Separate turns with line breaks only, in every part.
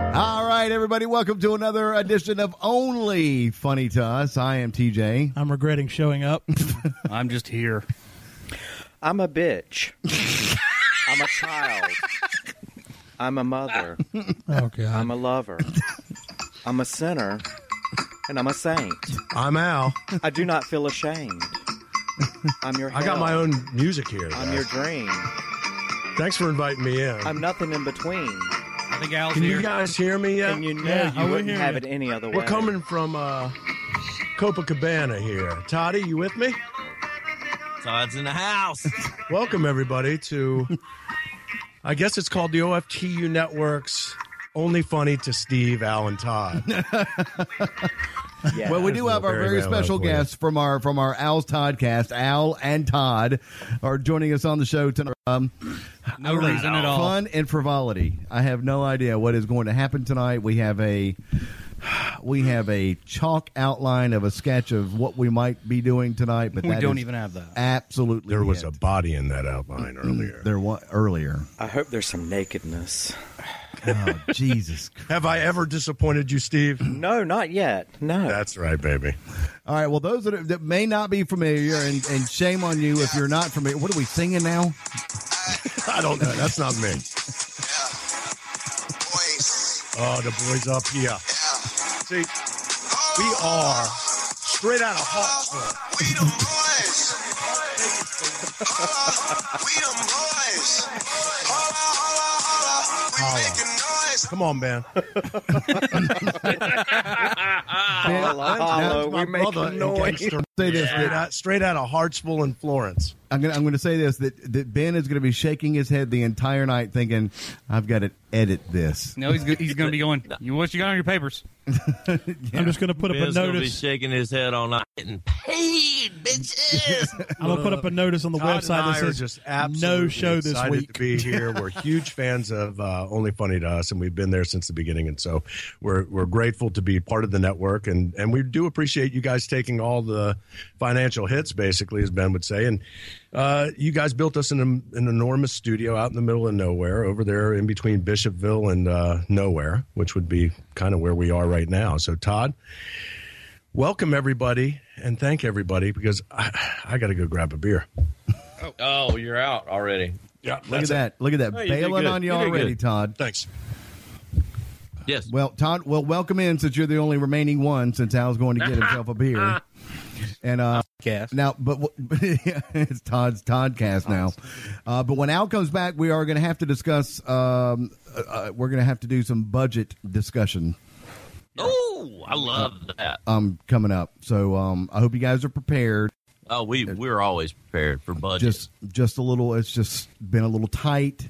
right, everybody, welcome to another edition of Only Funny to Us. I am TJ.
I'm regretting showing up.
I'm just here.
I'm a bitch. I'm a child. I'm a mother.
Oh God!
I'm a lover. I'm a sinner. And I'm a saint.
I'm Al.
I do not feel ashamed. I'm your
I got
hell.
my own music here.
I'm
guys.
your dream.
Thanks for inviting me in.
I'm nothing in between.
I think Al's
Can
here.
you guys hear me yet?
And you know
Yeah, I
you
would
wouldn't
hear
have it
you.
any other way.
We're coming from uh, Copacabana here. Toddy, you with me?
Todd's in the house.
Welcome everybody to. I guess it's called the OFTU Network's Only Funny to Steve, Al, and Todd.
Yeah.
Well, we
There's
do have
no
our
very
very
bad
special
one for you.
guests from our from our Al's Toddcast. Al and Todd are joining us on the show tonight. Um,
No reason at all.
Fun and frivolity. I have no idea what is going to happen tonight. We have a we have a chalk outline of a sketch of what we might be doing tonight, but
We
that
don't
is
even have that.
Absolutely,
there was
it.
a body in that outline earlier.
there was earlier.
I hope there's some nakedness.
Oh, Jesus.
Have I ever disappointed you, Steve?
No, not yet. No.
That's right, baby.
All right. Well, those that, are, that may not be familiar, and, and shame on you if you're not familiar. What are we singing now?
I don't know. That's not me.
Boys,
Oh, the boys up here.
yeah.
See, we are straight out of Hawksville.
We them boys. Holla, we them boys. Holla, holla, holla. We
Holla.
making noise.
Come on, man.
Oh,
Holla, holla, we
My brother
making
in
noise.
Gangster,
Say this.
straight, out, straight out of Hartsville and Florence.
I'm gonna I'm gonna say this that, that Ben is gonna be shaking his head the entire night, thinking, "I've got to edit this."
No, he's go- he's going to be going. You what you got on your papers?
I'm just going to put up
Ben's
a
gonna be
notice.
shaking his head all night. Getting paid, bitches.
I'm going to put up a notice on the
Todd and
website
I
that
are
says
just absolutely
no show this
excited
week.
To be here, we're huge fans of uh, Only Funny to Us, and we've been there since the beginning. And so we're we're grateful to be part of the network, and and we do appreciate you guys taking all the financial hits, basically, as Ben would say. And uh, you guys built us an an enormous studio out in the middle of nowhere, over there in between Bishopville and uh, nowhere, which would be kind of where we are right now. So Todd. Welcome everybody, and thank everybody because I, I got to go grab a beer.
oh, you're out already.
Yeah,
Look at that! Look at that!
No, you did
Bailing
good.
on you,
You did
already,
good.
Todd.
Thanks.
Yes.
Well, Todd, well, welcome in since you're the only remaining one. Since Al's going to get himself a beer, and uh,
Cast.
now, but what- it's Todd's Toddcast now. Uh, but when Al comes back, we are going to have to discuss. Um, uh, uh, we're going to have to do some budget discussion
oh, I love that.
um, coming up. So um, I hope you guys are prepared.
Oh, we we're always prepared for budget.
just just a little it's just been a little tight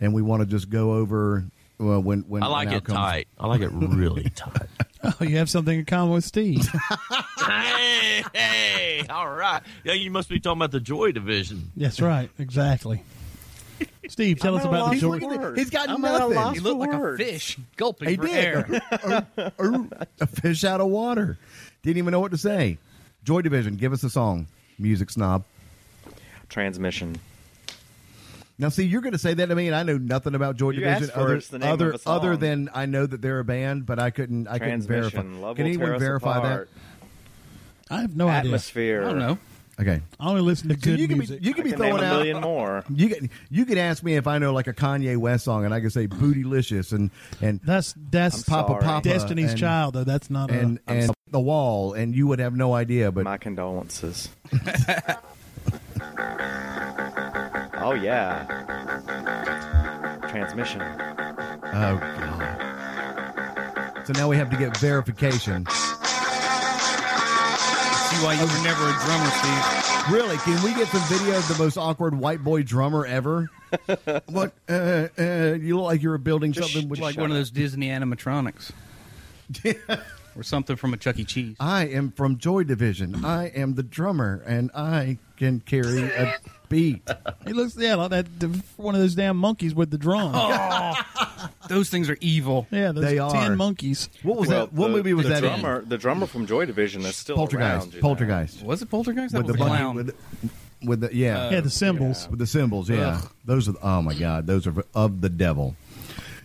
and we want to just go over well, when when
I like
when Al
it
comes-
tight. I like it really tight.
Oh, you have something in common with Steve.
hey, hey, all right. Yeah, you must be talking about the Joy Division.
That's right. Exactly. Steve, tell
I'm
us
at a
about
loss
the
for
George.
Look at
words.
that. He's got
I'm at a
nothing.
loss
He
He looked
for
like a
words.
fish gulping
he
for
did
air.
Ooh, a fish out of water didn't even know what to say joy division give us a song music snob
Transmission.
now see you're going to say that to me and i know nothing about joy
You
division
asked for
other
it's the name
other
of a song.
other than i know that they're a band but i couldn't i couldn't verify
Transmission. Love
can
will tear
anyone
us
verify
apart.
I have no idea.
Atmosphere.
I don't know.
that okay
I only listen to
so
good
you could
music.
be you could
I
be
can name
throwing
a
out
million more.
You can you could ask me if I know like a Kanye West song, and I could say "Bootylicious" and and
that's that's
I'm
Papa
sorry.
Papa,
Destiny's
and,
Child, though. That's not
and
a.
and, the Wall, and you would have no idea. But
My condolences. oh yeah. Transmission.
oh god! So now we have to get verification.
See why you were never a drummer, Steve.
Really? Can we get some video of the most awkward white boy drummer ever? what? Uh, uh, you look like you were building
Just
something with
sh-
Like
Shut
one of
up.
those Disney animatronics. or something from a Chuck E. Cheese.
I am from Joy Division.
Mm.
I am the drummer, and I can carry a beat.
He looks yeah like that one of those damn monkeys with the drum.
Those things are evil.
Yeah, those
Oh, They
ten
are.
monkeys.
What was
Well,
that? What
the-
movie was
the
that
drummer, The drummer from Joy Division that's
in?
still
Poltergeist.
around. you know.
Poltergeist.
Was it Poltergeist? That
with the
was
monkey,
a clown.
with the, with the yeah,
Uh,
yeah, the cymbals.
with the symbols. Yeah,
Ugh.
those are. Oh my God, those are of the devil.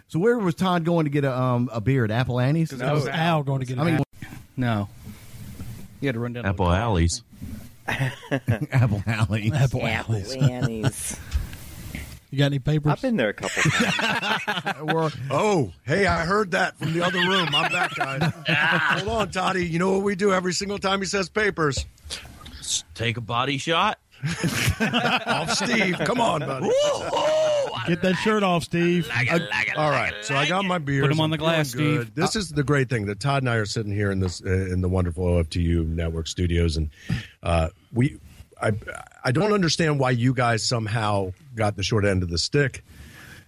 So where was Todd going to get a um a beer at Apple Annie's?
That was Al going to get.
I mean,
No. You had to run down. to the
Apple
car.
Alleys.
Apple Alley.
Apple Alley's.
Annie's.
You got any papers?
I've been there a couple times.
We're-
Oh, hey, I heard that from the other room. I'm back, guys. Hold on, Toddy. You know what we do every single time he says papers?
Take a body shot.
Off Steve. Come on, buddy.
Get that shirt off, Steve.
All right, so I got my beers.
Put 'em on the
I'm feeling
glass,
good.
Steve.
This is the great thing that Todd and I are sitting here in this uh, in the wonderful OFTU network studios, and uh, we, I, I don't understand why you guys somehow got the short end of the stick,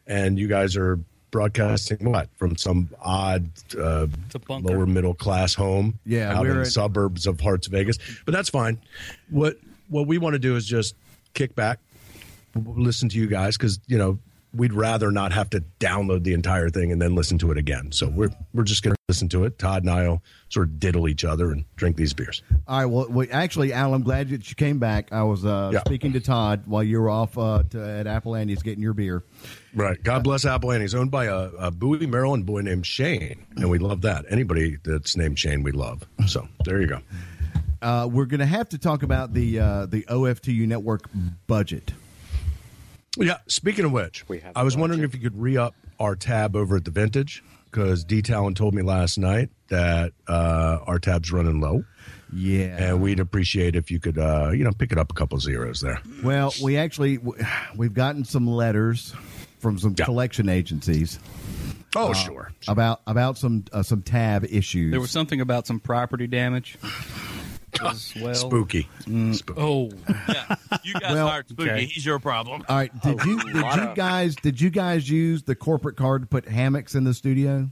and you guys are broadcasting what from some odd uh,
It's a bunker.
lower middle class home,
Yeah,
out
we're
in
at-
suburbs of Hearts, Vegas. But that's fine. What what we want to do is just kick back, listen to you guys because you know we'd rather not have to download the entire thing and then listen to it again. So we're we're just going to listen to it. Todd and I'll sort of diddle each other and drink these beers.
All right. Well, we, actually, Al, I'm glad that you came back. I was uh,
Yeah.
speaking to Todd while you were off uh, to, at Apple Annie's getting your beer.
Right. God bless Apple, and he's owned by a, a Bowie, Maryland boy named Shane, and we love that. Anybody that's named Shane, we love. So there you go.
Uh, we're going to have to talk about the uh, the OFTU network budget.
Yeah. Speaking of which,
We have
I was
to watch
wondering if you could re up our tab over at the Vintage because D Talon told me last night that uh, our tab's running low.
Yeah.
And we'd appreciate if you could, uh, you know, pick it up a couple zeros there.
Well, we actually w- we've gotten some letters from some
Yeah.
collection agencies
Oh, sure.
about about some uh, some tab issues.
There was something about some property damage as well.
Spooky. Spooky.
Oh,
Yeah. You guys
Well,
hired Spooky.
okay.
He's your problem.
All right. Did you did
lot
you
of-
guys did you guys use the corporate card to put hammocks in the studio?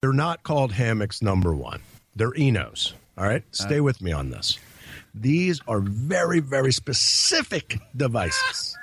They're not called hammocks, number one. They're Enos. All right. Stay with me on this. These are very, very specific devices.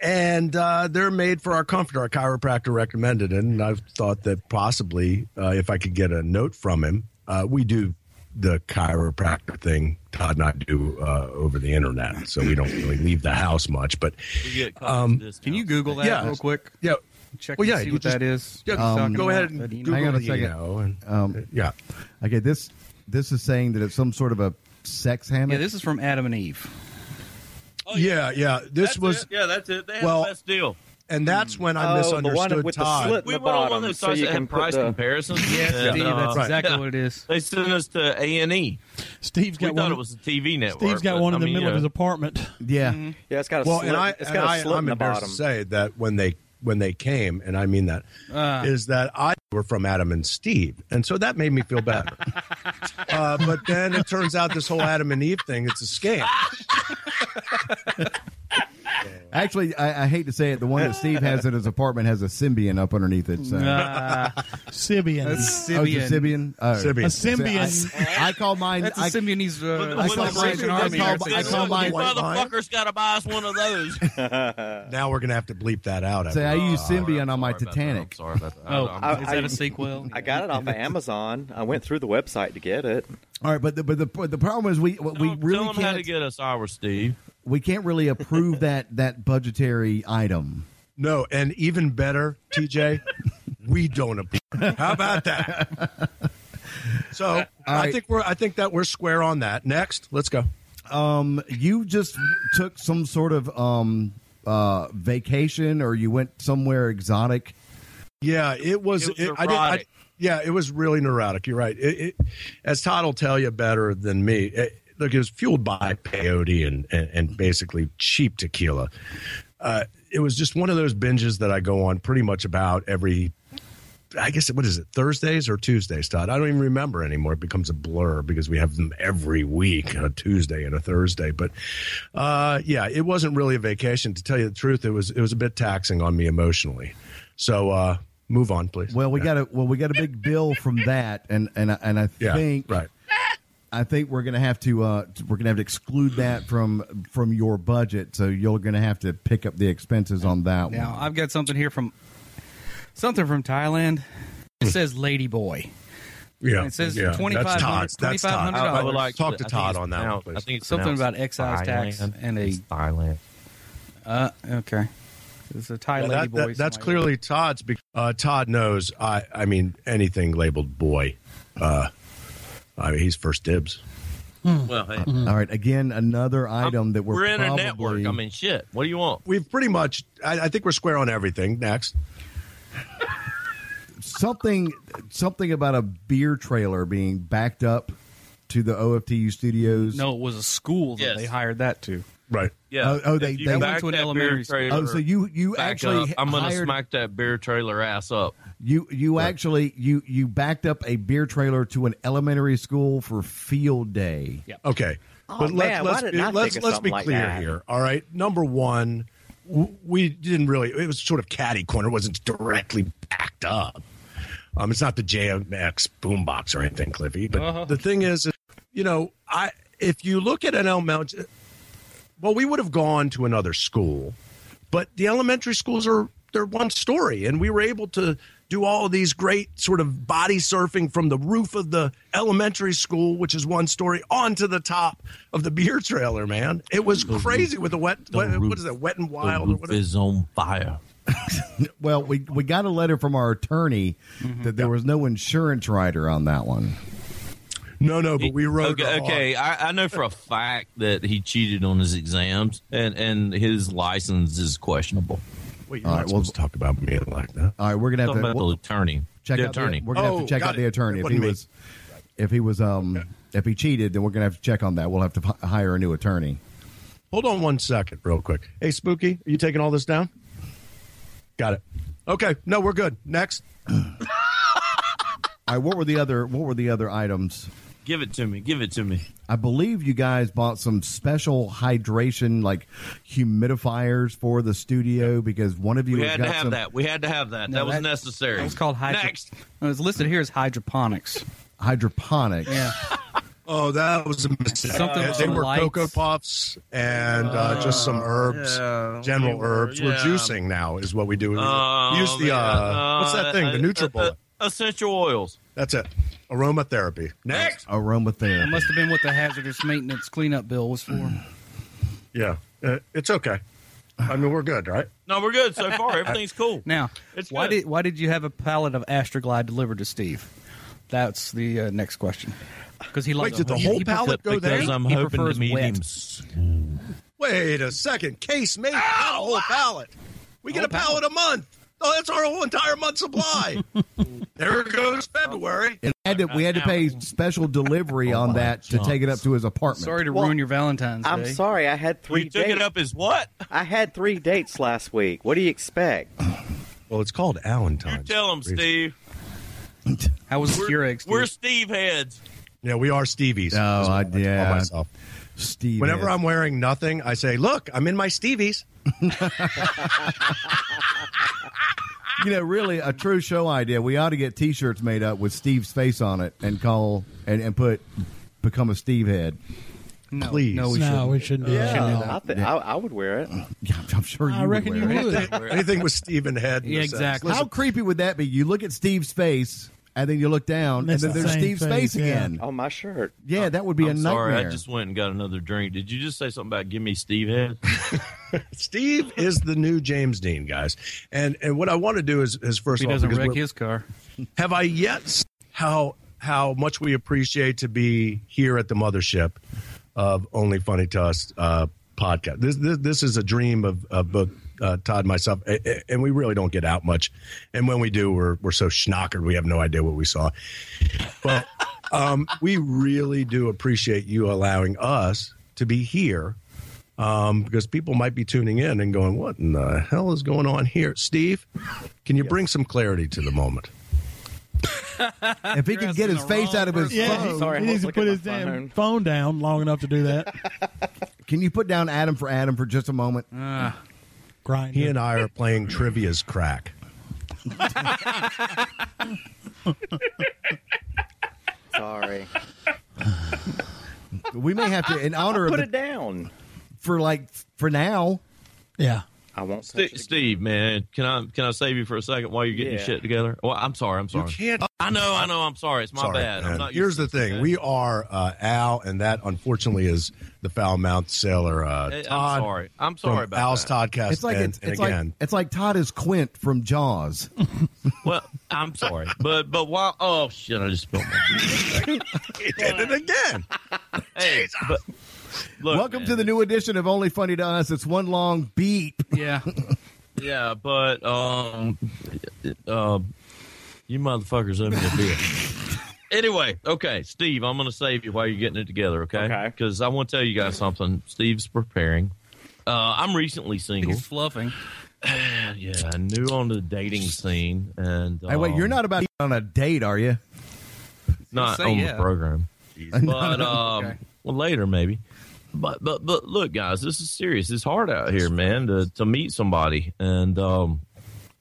and uh, they're made for our comfort. Our chiropractor recommended it. And I thought that possibly uh, if I could get a note from him, uh, we do the chiropractor thing, Todd and I do uh, over the internet. So we don't really leave the house much. But
We get um,
can you Google that
Yeah.
real quick?
yeah.
Check
Well,
and
yeah,
see
you
what
just-
that is. Um,
Yeah,
Talking
go
about
ahead and
that email.
Google
Hang on a
the
second.
Eno and-
Um,
yeah.
Okay. This this is saying that it's some sort of a sex hammock.
Yeah, this is from Adam and Eve.
yeah, yeah. This
That's
was,
it. yeah, that's it. They had
well,
the best deal.
and that's when I
Oh, the one
misunderstood
with the
Todd.
slit.
We
the
went on one
bottom,
of those
so
sites
you
that
can
had
put
price
the-
comparisons.
Yes,
and,
Steve,
uh,
that's exactly
yeah.
what it is.
They sent us to A and E.
Steve's
We
got
thought
one.
it was a TV network.
Steve's got
but,
one
I
in the
mean, uh,
middle
you
of
know,
his apartment.
yeah.
Yeah, it's got a
Well,
slit.
and I,
it's
and
got
I
a slit in
I'm
the
embarrassed
bottom.
to say that when they when they came, and I mean that, is
Uh.
that I were from Adam and Steve, and so that made me feel better. uh, but then it turns out this whole Adam and Eve thing, it's a scam.
Actually, I, I hate to say it. The one that Steve has in his apartment has a Symbian up underneath it. So.
Uh,
Sibian.
Oh, it's a Symbian. Oh.
Sibian.
A Symbian.
I, I call mine.
that's a
I-
Symbionese
when the-
uh,
when
saw-
Liberation
I
Army.
saw-
or something.
I saw my-
you E, motherfuckers got to buy us one of those.
Now we're gonna have to bleep that out.
say I
after-
use Symbian on my
Sorry about that. Oh, I'm
Titanic.
Sorry about that.
Oh,
I'm-
is
I-
that a sequel?
I got it off of Amazon. I went through the website to get it.
All right, but the, but the but the problem is we we
Tell
really
them how to
can't
get us ours, Steve.
we can't really approve that that budgetary item.
no, and even better, TJ, we don't approve. How about that? So I
right.
think we're I think that we're square on that. Next, let's go.
Um, you just took some sort of um uh vacation, or you went somewhere exotic.
Yeah, it was.
It was
it- I did, I,
neurotic.
yeah, it was really neurotic. You're right. It, it, as Todd will tell you better than me. It, look, it was fueled by peyote and and, and basically cheap tequila. Uh, it was just one of those binges that I go on pretty much about every. I guess what is it Thursdays or Tuesdays, Todd? I don't even remember anymore. It becomes a blur because we have them every week, a Tuesday and a Thursday. But uh, yeah, it wasn't really a vacation. To tell you the truth, it was it was a bit taxing on me emotionally. So uh, move on, please.
Well, we
Yeah.
got a well, we got a big bill from that, and and I- and I
yeah,
think
right.
I think we're gonna have to uh, we're gonna have to exclude that from from your budget. So you're gonna have to pick up the expenses on that
Now
one.
I've got something here from something from Thailand. It says Lady Boy.
Yeah,
It says
yeah.
25
That's Todd's. That's Todd.
$2,500.
I,
I would
like talk
like
to
I think
Todd
it's
on that one,
pronounced-
please.
I think it's
Something
pronounced
about excise tax
Thailand.
and a-
It's Thailand.
Uh, okay. It's a Thai
Yeah,
lady
that-
boy.
that- that's
somebody.
clearly Todd's. Be- uh, Todd knows. I, I mean, anything labeled boy. Uh, I mean, he's first dibs.
Well, hey,
All right, again, another item that we're
we're in a
probably-
network. I mean, shit. What do you want?
We've pretty much. I, I think we're square on everything. Next,
something something about a beer trailer being backed up to the OFTU studios.
No, it was a school that
Yes.
they hired that to.
right?
Yeah.
Oh, oh, they-
If you
they- That
back
went to an
that beer
elementary school.
trailer
Oh, so you you
back
actually
up, I'm gonna
hired,
smack that beer trailer ass up.
you you actually you you backed up a beer trailer to an elementary school for field day.
Yeah.
Okay,
Oh,
but
man, why
let's let's
didn't
be,
I think
let's,
of
let's be
something like
clear
that?
here. All right, number one, w- we didn't really. It was sort of catty corner. It wasn't directly backed up. Um, it's not the JMX boombox or anything, Cliffy. But
Uh-huh.
the thing is, you know, I if you look at an elementary, well, we would have gone to another school, but the elementary schools are they're one story, and we were able to do all of these great sort of body surfing from the roof of the elementary school, which is one story, onto the top of the beer trailer. Man, it was crazy with the wet. wet what is that? Wet and wild. or whatever.
is on fire.
Well, we we got a letter from our attorney
Mm-hmm.
that there was no insurance rider on that one.
No, no, but we rode.
Okay,
the-
okay. I, I know for a fact that he cheated on his exams, and and his license is questionable.
Wait, you're
All
not
right, well-
supposed to talk about me like that.
All right, we're gonna have
Talking
to
about
we'll-
the attorney.
check
the
out
attorney.
The, we're gonna have
Oh,
to check
got
out the
it.
attorney if he
Wasn't me.
was if he was um if he cheated. Then we're gonna have to check on that. We'll have to h- hire a new attorney.
Hold on one second, real quick. Hey, Spooky, are you taking all this down? Got it. Okay. No, we're good. Next.
All right, what were the other what were the other items?
Give it to me. Give it to me.
I believe you guys bought some special hydration like humidifiers for the studio because one of you
We
has
had
got
to have
some
that. We had to have that.
No,
that was
that-
necessary.
It was called hydro-
Next.
No, it's listed here as hydroponics.
hydroponics.
Yeah.
Oh, that was a mistake.
Something
Uh,
with
they
some
were
lights.
cocoa puffs and uh, just some herbs,
Oh, yeah,
general
we were-
herbs. We're
yeah.
juicing now, is what we do. We
Oh,
use the
man.
uh, what's that thing? The
Uh,
NutriBullet.
uh, uh, essential oils.
That's it. Aromatherapy. Next.
That
Aromatherapy.
must have been what the hazardous maintenance cleanup bill was for.
Mm.
Yeah, Uh, it's okay. I mean, we're good, right?
No, we're good so far. Everything's cool.
Now,
It's
why
good.
did why did you have a pallet of Astroglide delivered to Steve? That's the uh, next question. Because he likes
did the
he-
whole
he prefers-
pallet go there?
because I'm
he
hoping to
prefers
meet
wet.
him.
Wait a second. Case made not a whole pallet. We get a pallet a month. Oh, that's our whole entire month supply. there goes February.
And we had to, we had to pay special delivery on that to take it up to his apartment.
Sorry to
Well,
ruin your Valentine's
I'm
Day.
sorry, I had three
We took
dates.
it up as what?
I had three dates last week. What do you expect?
Well, it's called Allentown.
You tell him, Steve.
How was
We're,
Keurig? Steve?
we're Steve heads.
Yeah, we are Stevie's.
Oh,
is what
I-
like to call
yeah.
myself.
Steve.
Whenever
is-
I'm wearing nothing, I say, "Look, I'm in my Stevie's."
you know, really a true show idea. We ought to get T-shirts made up with Steve's face on it and call and, and put become a Steve head.
no,
Please.
No, we
no,
shouldn't.
we shouldn't do
Yeah,
that.
I, thi- I, I would wear it.
Yeah, I'm sure you.
I
would
reckon
wear
you
it.
would.
Anything with Steve and head. in
Yeah,
the sense.
exactly.
How creepy would that be? You look at Steve's face, and then you look down, and
It's
then
the
there's
same
Steve's
face,
face
yeah.
again.
On my shirt.
Yeah, that would be
I'm
a
sorry,
nightmare.
I just went and got another drink. Did you just say something about give me Steve head?
Steve is the new James Dean, guys. And and what I want to do is, is first
He
of all,
doesn't
because
wreck
we're-
his car.
have I yet s- how how much we appreciate to be here at the mothership of Only Funny to Us uh, podcast. This, this this is a dream of of both uh, Todd and myself, a- a- and we really don't get out much. And when we do, we're we're so schnockered we have no idea what we saw. But um, we really do appreciate you allowing us to be here. Um, because people might be tuning in and going, "What in the hell is going on here?" Steve, can you bring some clarity to the moment?
if he could get his
the
face
wrong
out of his
person.
Yeah,
phone,
Sorry, I
he
was
needs to
looking
put
at
his
my
damn
phone.
phone down long enough to do that.
can you put down Adam for Adam for just a moment?
Grind.
He and I are playing trivia's crack.
Sorry.
We may have to, in honor of
Put
the,
it down.
for like for now.
Yeah.
I won't touch
St-
it
Steve, man, can I can I save you for a second while you're getting your
Yeah.
shit together? Well, I'm sorry, I'm sorry.
can't.
I know, I know. I'm sorry. It's my
Sorry,
bad.
man.
I'm not
Here's
used to
the
it,
thing:
okay?
we are uh, Al, and that unfortunately is the foul mouthed sailor. Uh,
Hey, I'm
Todd
sorry. I'm sorry
from
about
Al's
that.
Toddcast.
It's like
and,
it's,
and
it's like
again,
it's like Todd is Quint from Jaws.
Well, I'm sorry, but but while oh shit, I just spilled my.
he did it again.
Hey, but look,
Welcome
man,
to the new edition of Only Funny to Us. It's one long beep.
Yeah.
Yeah, but um, uh, you motherfuckers owe me a beer. anyway, okay, Steve, I'm going to save you while you're getting it together, okay?
Okay.
Because I want to tell you guys something. Steve's preparing. Uh, I'm recently single.
He's fluffing.
Yeah, new on the dating scene, and
Hey, wait,
um,
Oh.
you're not about to be on a date, are you?
not
Say
on
yeah.
the program. But um,
Okay.
well, later maybe. But but but look, guys, this is serious. It's hard out here, man, to to meet somebody. And um,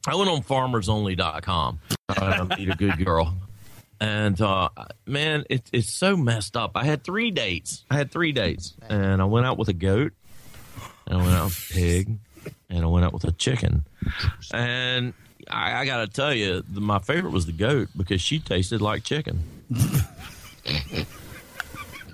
I went on FarmersOnly.com. Trying to meet a good girl. And uh, man, it, it's so messed up. I had three dates. I had three dates, and I went out with a goat, and I went out with a pig, and I went out with a chicken. And I, I gotta tell you, the, my favorite was the goat because she tasted like chicken.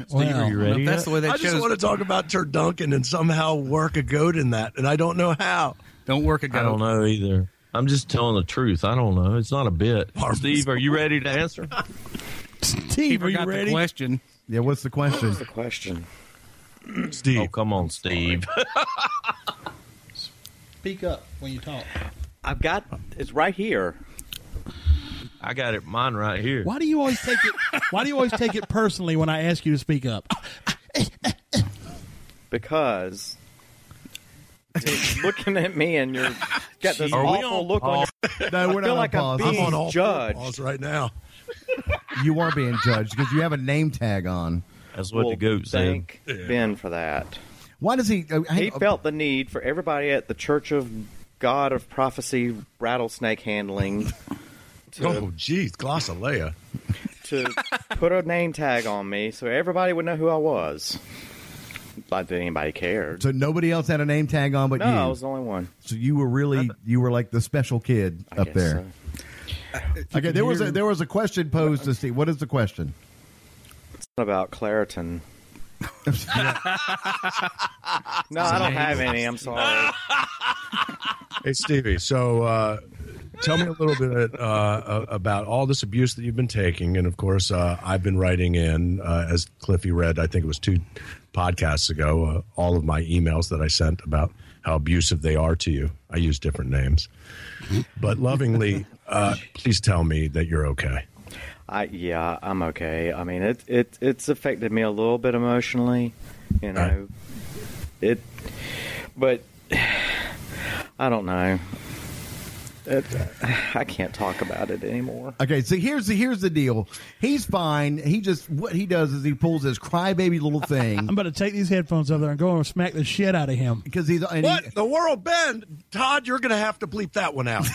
Steve, are you
Well,
ready?
If that's the way they
I
chose.
just want to talk about Turduncan and somehow work a goat in that, and I don't know how.
Don't work a
I don't know either. I'm just telling the truth. I don't know. It's not a bit.
Parmesan.
Steve, are you ready to answer?
He
Steve, are you
forgot the
ready?
question.
Yeah. What's the question?
The question.
Steve,
Oh, come on, Steve.
Speak up when you talk.
I've got it's right here.
I got it. Mine right here.
Why do you always take it? Why do you always take it personally when I ask you to speak up?
because you're looking at me and you're got this
Are we
awful
on
look on
No, we're
I feel
not
like I'm
on pause.
I'm
being-
on all four
judged.
paws right now.
You are being judged because you have a name tag on.
That's
your
what the goat said.
thank Ben for that.
Why does he? Uh,
He
hang-
felt the need for everybody at the Church of God of Prophecy rattlesnake handling
Oh, geez, glossolea.
to put a name tag on me so everybody would know who I was. Not that anybody cared.
So nobody else had a name tag on, but
No,
you.
I was the only one.
so you were really you were like the special kid
I
up
guess
there. Okay, there was a, there was a question posed to Steve. What is the question?
so. About Claritin. no, I don't have any. I'm sorry.
Hey, Stevie, so uh, tell me a little bit uh, uh, about all this abuse that you've been taking. And of course, uh, I've been writing in, uh, as Cliffy read, I think it was two podcasts ago, uh, all of my emails that I sent about how abusive they are to you. I use different names. But lovingly, uh, please tell me that you're okay.
I yeah, I'm okay. I mean, it it it's affected me a little bit emotionally, you know.
Right.
It, but I don't know. It, I can't talk about it anymore.
Okay, so here's the here's the deal. He's fine. He just what he does is he pulls his crybaby little
I'm
thing
about to take these headphones up there and go and smack the shit out of him.
because he's and
What
he-
in the world, Ben? Todd, you're going to have to bleep that one out.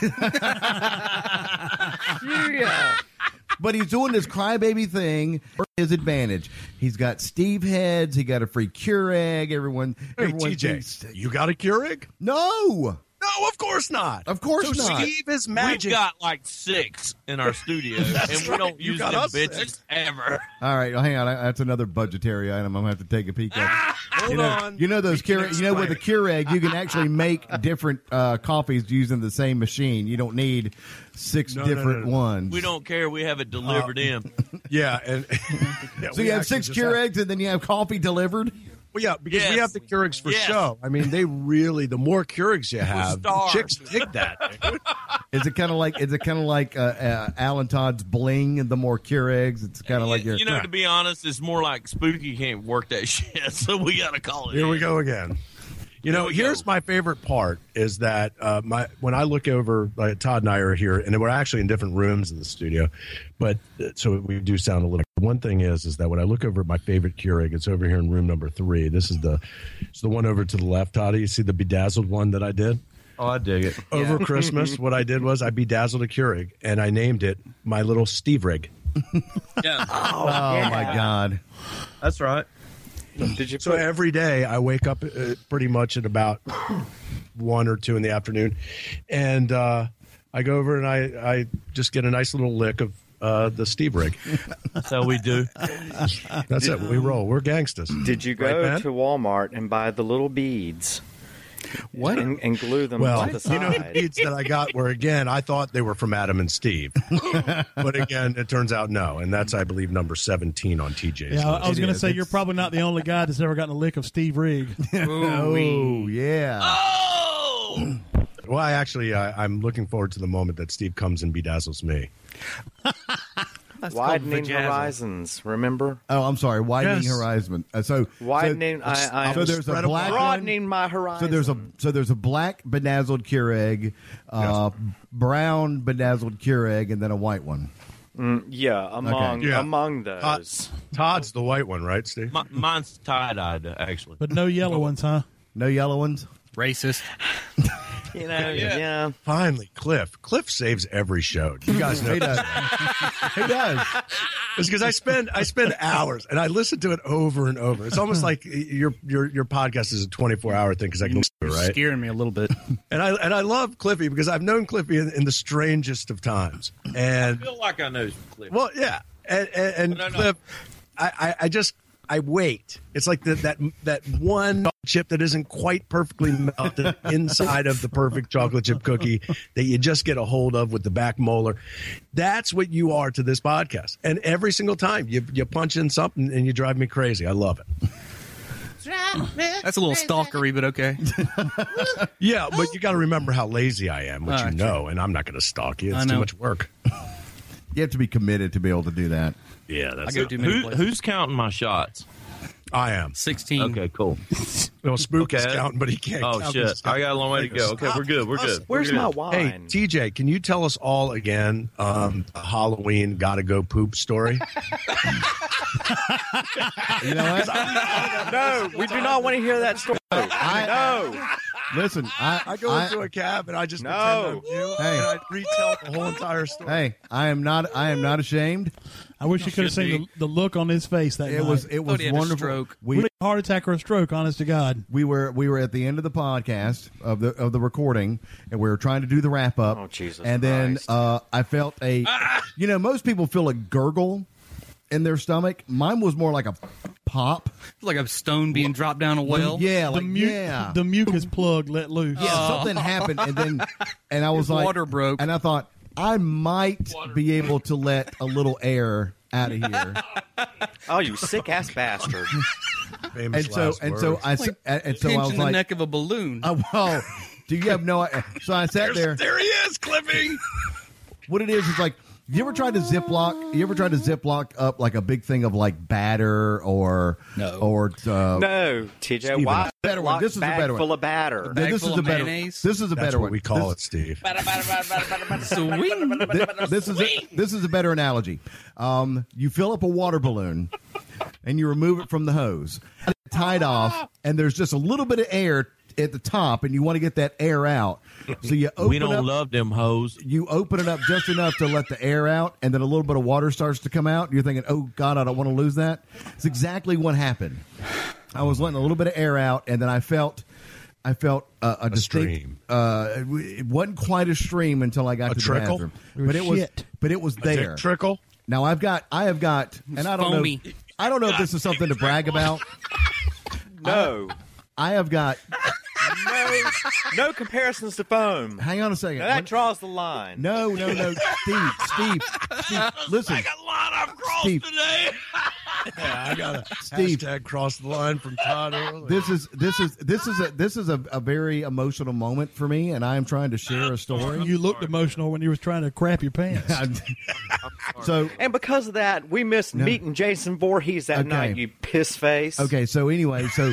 but he's doing this crybaby thing for his advantage. He's got Steve heads. He got a free Keurig. Everyone,
hey,
everyone thinks-
TJ, you got a Keurig?
no.
No, of course not.
Of course
so
not.
Steve is
We've
magic.
got like six in our studio, and we
right.
don't
You
use
got
them
us
bitches
six.
ever.
All right, well, hang on. I- That's another budgetary item. I'm gonna have to take a peek at.
Ah, Hold
you know,
on.
you know those
We can
Keurig. You know with a
explain
Keurig, you can actually make different uh, coffees using the same machine. You don't need six
No, no, no,
different
no.
ones.
We don't care. We have it delivered in.
it. Yeah, and yeah,
So
we
you have
actually
six
just have-
Keurigs and then you have coffee delivered.
Well, yeah, because we
Yes.
have the Keurigs for
Yes.
show. I mean, they really the more Keurigs you have,
starved.
chicks dig that.
Is it kind of like is it kind of like uh, uh, Alan Todd's bling? and The more Keurigs, it's kind of like your
you know, to be honest, it's more like Spooky can't work that shit, so we gotta call it.
Here we
in.
go again. You know,
we
here's
go.
my favorite part is that uh, my when I look over, like, Todd and I are here, and we're actually in different rooms in the studio, but uh, so we do sound a little. One thing is, is that when I look over at my favorite Keurig, it's over here in room number three. This is the, it's the one over to the left, Todd. You see the bedazzled one that I did
Oh, I dig it.
over Christmas. What I did was I bedazzled a Keurig and I named it my little Steve Rig.
Yeah,
oh my god.
that's right.
Did you?
So uh,
put-
every day I wake up uh, pretty much at about one or two in the afternoon, and uh, I go over and I, I just get a nice little lick of uh, the Steve rig.
That's how we do.
That's it. We roll. We're gangsters.
Did you
Right,
go
Matt?
to Walmart and buy the little beads
What?
and, and glue them
Well,
to the
you know, the
side?
beads that I got were again. I thought they were from Adam and Steve, but again, it turns out no. And that's, I believe, number seventeen on TJ's.
Yeah, I,
list.
I was
It
going to
is.
say
It's-
you're probably not the only guy that's ever gotten a lick of Steve Rigg.
Oh yeah.
Well, I actually, I, I'm looking forward to the moment that Steve comes and bedazzles me.
Widening
Vajazzle.
horizons, remember?
Oh, I'm sorry. Widening
Yes.
horizon. Uh, so
Widening,
So,
I, I
so
am
there's a
spreadable.
black one,
broadening my horizon.
So there's a so there's a black bedazzled Keurig, uh, brown bedazzled Keurig, and then a white one.
yeah among
Yeah.
among
Todd-
those.
Todd's the white one, right, Steve?
Mi- mine's tie dyed actually.
But no yellow ones, huh?
No yellow ones.
Racist.
Uh,
you know, yeah.
Finally, Cliff. Cliff saves every show. You guys know
He does. he does.
It's because I spend I spend hours and I listen to it over and over. It's almost like your your your podcast is a twenty four hour thing because I can listen to it, right.
Scaring me a little bit.
And I and I love Cliffy because I've known Cliffy in, in the strangest of times. And
I feel like I know Cliff.
well, yeah, and and, and
No, no.
Cliff, I, I I just I wait. It's like the, that that one chip that isn't quite perfectly melted inside of the perfect chocolate chip cookie that you just get a hold of with the back molar. That's what you are to this podcast. And every single time you you punch in something and you drive me crazy. I love it.
That's a little stalkery, but okay.
Yeah, but you got to remember how lazy I am, which
Ah,
you
true.
know, and I'm not going to stalk you.
I
It's too
know.
much work.
You have to be committed to be able to do that.
Yeah, that's
I go too many
Who,
places.
who's counting my shots?
I am.
16.
Mm.
Okay, cool.
Well, Spook is
Okay.
counting, but he can't.
Oh
count
shit,
his-
I got a long way to go. Okay,
Stop
we're good. We're good.
Where's
We're
my
good.
Hey,
wine?
TJ, can you tell us all again um, the Halloween gotta go poop story?
You know what?
no, we do not want to hear that story.
I,
No,
Listen, I,
I go
I-
into a cab and I just
No.
pretend I'm you,
Hey.
and I retell the whole entire story.
Hey, I am not. I am not ashamed.
I wish you could have
should
seen
be.
the, the look on his face that
It
night.
was. It was
he had a
wonderful.
stroke.
We
Would it be a heart attack or a stroke, honest to God.
we were we were at the end of the podcast of the of the recording, and we were trying to do the wrap up.
Oh, Jesus
And then
Christ.
uh, I felt a,
Ah!
you know, most people feel a gurgle in their stomach. Mine was more like a pop.
It's like a stone being dropped down a well.
yeah, like
the, mu-
yeah.
the mucus plug let loose.
yeah, something happened, and then, and I was
His
like,
uh, water broke.
and I thought I might be able to let a little air out of here,
oh, you sick ass bastard!
Famous
and so,
last
and so
words.
I, s- and and so I
Pinching
was
the
like,
neck of a balloon.
Oh, well, do you have no? i- So I sat there.
there he is, Clipping.
What it is is like. You ever tried to ziplock? You ever tried to ziplock up like a big thing of like batter or
No.
or uh,
No, TJ, why
Better one.
lock
This is a
bag
better one.
full of batter?
th- this
full
is a
of
better.
mayonnaise?
This is a
That's
better
what
one.
we call
this,
it, Steve.
Oh. Swing.
thi- this is a, this is a better analogy. Um, you fill up a water balloon and you remove it from the hose, tied off, and there's just a little bit of air at the top, and you want to get that air out. So you open
We don't
up,
love them hoes.
you open it up just enough to let the air out, and then a little bit of water starts to come out. You're thinking, "Oh God, I don't want to lose that." It's exactly what happened. I was letting a little bit of air out, and then I felt, I felt uh, a, distinct.
stream.
Uh, it w- it wasn't quite a stream until I got
A
to
trickle?
the bathroom, but it was,
Shit.
but it was
Dick
there.
Trickle.
Now I've got, I have got, and I don't
Foamy.
know, I don't know if this is something to brag about.
no,
I have got.
no, no comparisons to foam.
Hang on a second.
Now
One-
that draws the line.
no, no, no, Steve, Steve, Steve. Listen,
a lot I've crossed
Steve.
today.
Yeah, I got a
Steve.
hashtag cross the line from Todd earlier.
this is this is this is a this is a, a very emotional moment for me and i am trying to share a story
You looked emotional when you was trying to crap your pants.
so
And because of that, we missed meeting Jason Voorhees that
Okay.
night. You piss face.
okay so anyway so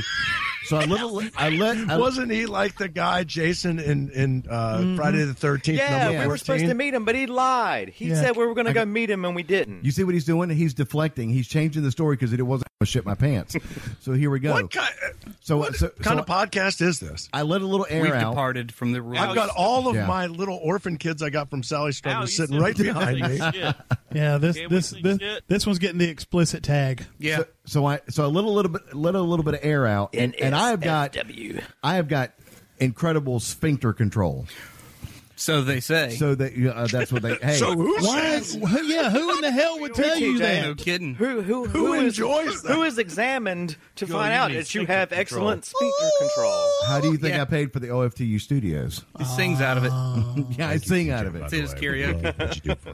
so i little i let I, Mm-hmm.
Wasn't he like the guy Jason in in uh, Friday the Thirteenth?
Yeah,
number
we were
14?
supposed to meet him, but he lied. He
Yeah.
said we were going to go meet him, and we didn't.
you see what he's doing he's deflecting he's changing the story because it wasn't gonna shit my pants so here we go
What kind,
so
what
so,
kind
so
of podcast is this?
i let a little air
We've
out
departed from the rules.
I've got all of
Yeah.
my little orphan kids I got from Sally
Ow,
Struthers
you
sitting
said
right
we
behind
didn't
me.
say shit.
yeah, this
Can't we
this
see
this,
shit?
this one's getting the explicit tag.
yeah.
so, so i so i let a little bit let a little bit of air out and, and i have got
W.
i have got incredible sphincter control
So they say.
So that uh, that's what they. Hey,
So who says?
Who- yeah, who in the hell would tell you
no
that?
kidding.
Who who
Who
is-
enjoys that?
Who is examined to
Yo,
find
you
out
need
that you
speaker
have
control.
excellent speaker control?
How do you think
Yeah.
I paid for the OFTU studios?
He sings out of it.
yeah, I sing out of it.
It's his karaoke.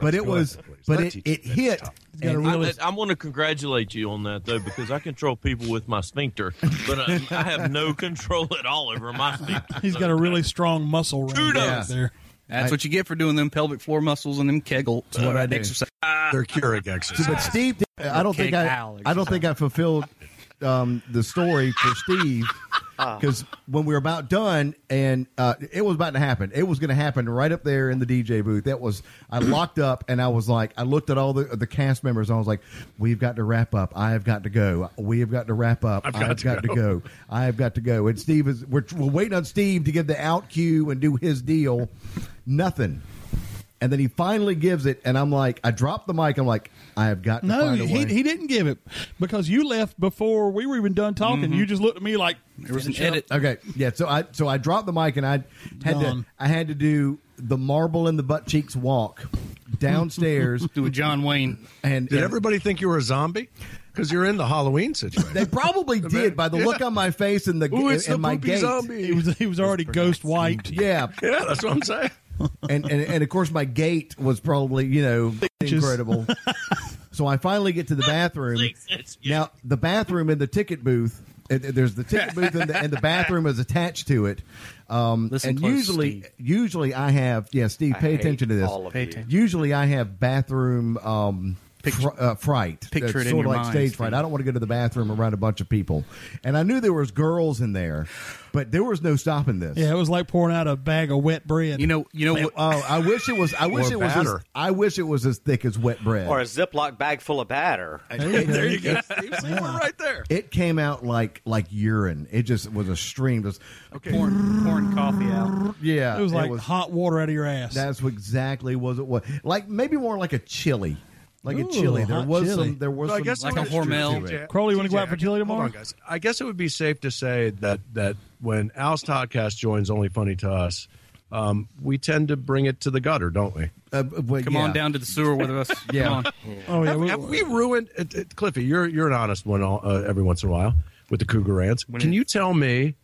But it was, but it, it hit.
Got a
and
real-
I, I want to congratulate you on that though, because I control people with my sphincter, but I, I have no control at all over my sphincter.
He's got a really strong muscle range
Yeah.
out there.
That's what you get for doing them pelvic floor muscles and them kegel
what I do.
exercise.
They're Keurig exercises.
But Steve, did- I don't think
Kick
I,
Alex.
I don't think I fulfilled um, the story for Steve because when we were about done, and uh, it was about to happen. It was going to happen right up there in the DJ booth. That was I locked up, and I was like, I looked at all the the cast members, and I was like, we've got to wrap up. I have got to go. We have got to wrap up. I've
got to
go. I have got to go. And Steve is we're, we're waiting on Steve to give the out cue and do his deal. Nothing. And then he finally gives it, and I'm like, I dropped the mic. I'm like, I have got to
No,
find a
he,
way.
he didn't give it because you left before we were even done talking. You just looked at me like
There was an edit.
Okay, yeah. So I so I dropped the mic and I had to
Done.
I had to do the marble in the butt cheeks walk downstairs
Do a John Wayne.
and
Did
and
everybody think you were a zombie? Because you're in the Halloween situation.
they probably did by the look on my face and the
Ooh, it's
and
the
my
poopy
gait.
zombie.
he was he was already ghost wiped.
Yeah,
yeah, that's what I'm saying.
and, and and of course my gait was probably you know incredible. so I finally get to the bathroom. Now the bathroom in the ticket booth. and There's the ticket booth and the, and the bathroom is attached to it. Um,
Listen
and
close,
usually,
Steve.
usually I have yeah, Steve. Pay
hate
attention to this.
all of Pay you. attention.
Usually I have bathroom um, fr- uh, fright.
Picture
That's
it in
sort of
your
like
mind,
stage
Steve.
fright. I don't want to go to the bathroom around a bunch of people. And I knew there was girls in there, but there was no stopping this.
Yeah, it was like pouring out a bag of wet bread.
You know, you know what?
Oh, I wish it was. I wish
Or
it was. As,
batter.
I wish it was as thick as wet bread.
Or a Ziploc bag full of batter?
There you go. Steve. See, we're right there.
it came out like like urine. It just was a stream. Just
Okay.
Pouring, pouring coffee out.
yeah,
it was like hot water out of your ass.
That's what exactly was it was like maybe more like a chili, like a
Ooh,
chili. There
hot
was
chili.
some. There was
Well,
some,
Like
it
a
is true,
Hormel.
TJ.
Crowley, you wanna go
TJ,
out for chili tomorrow?
Hold on, guys. I guess it would be safe to say that that when Al's Toddcast joins Only Funny to Us, um, we tend to bring it to the gutter, don't we?
Uh, but
Come on
yeah.
down to the sewer with us.
Yeah.
Come on.
oh yeah,
Have, have we ruined it, it- Cliffy? You're you're an honest one all, uh, every once in a while with the Cougar rants. Can you tell me?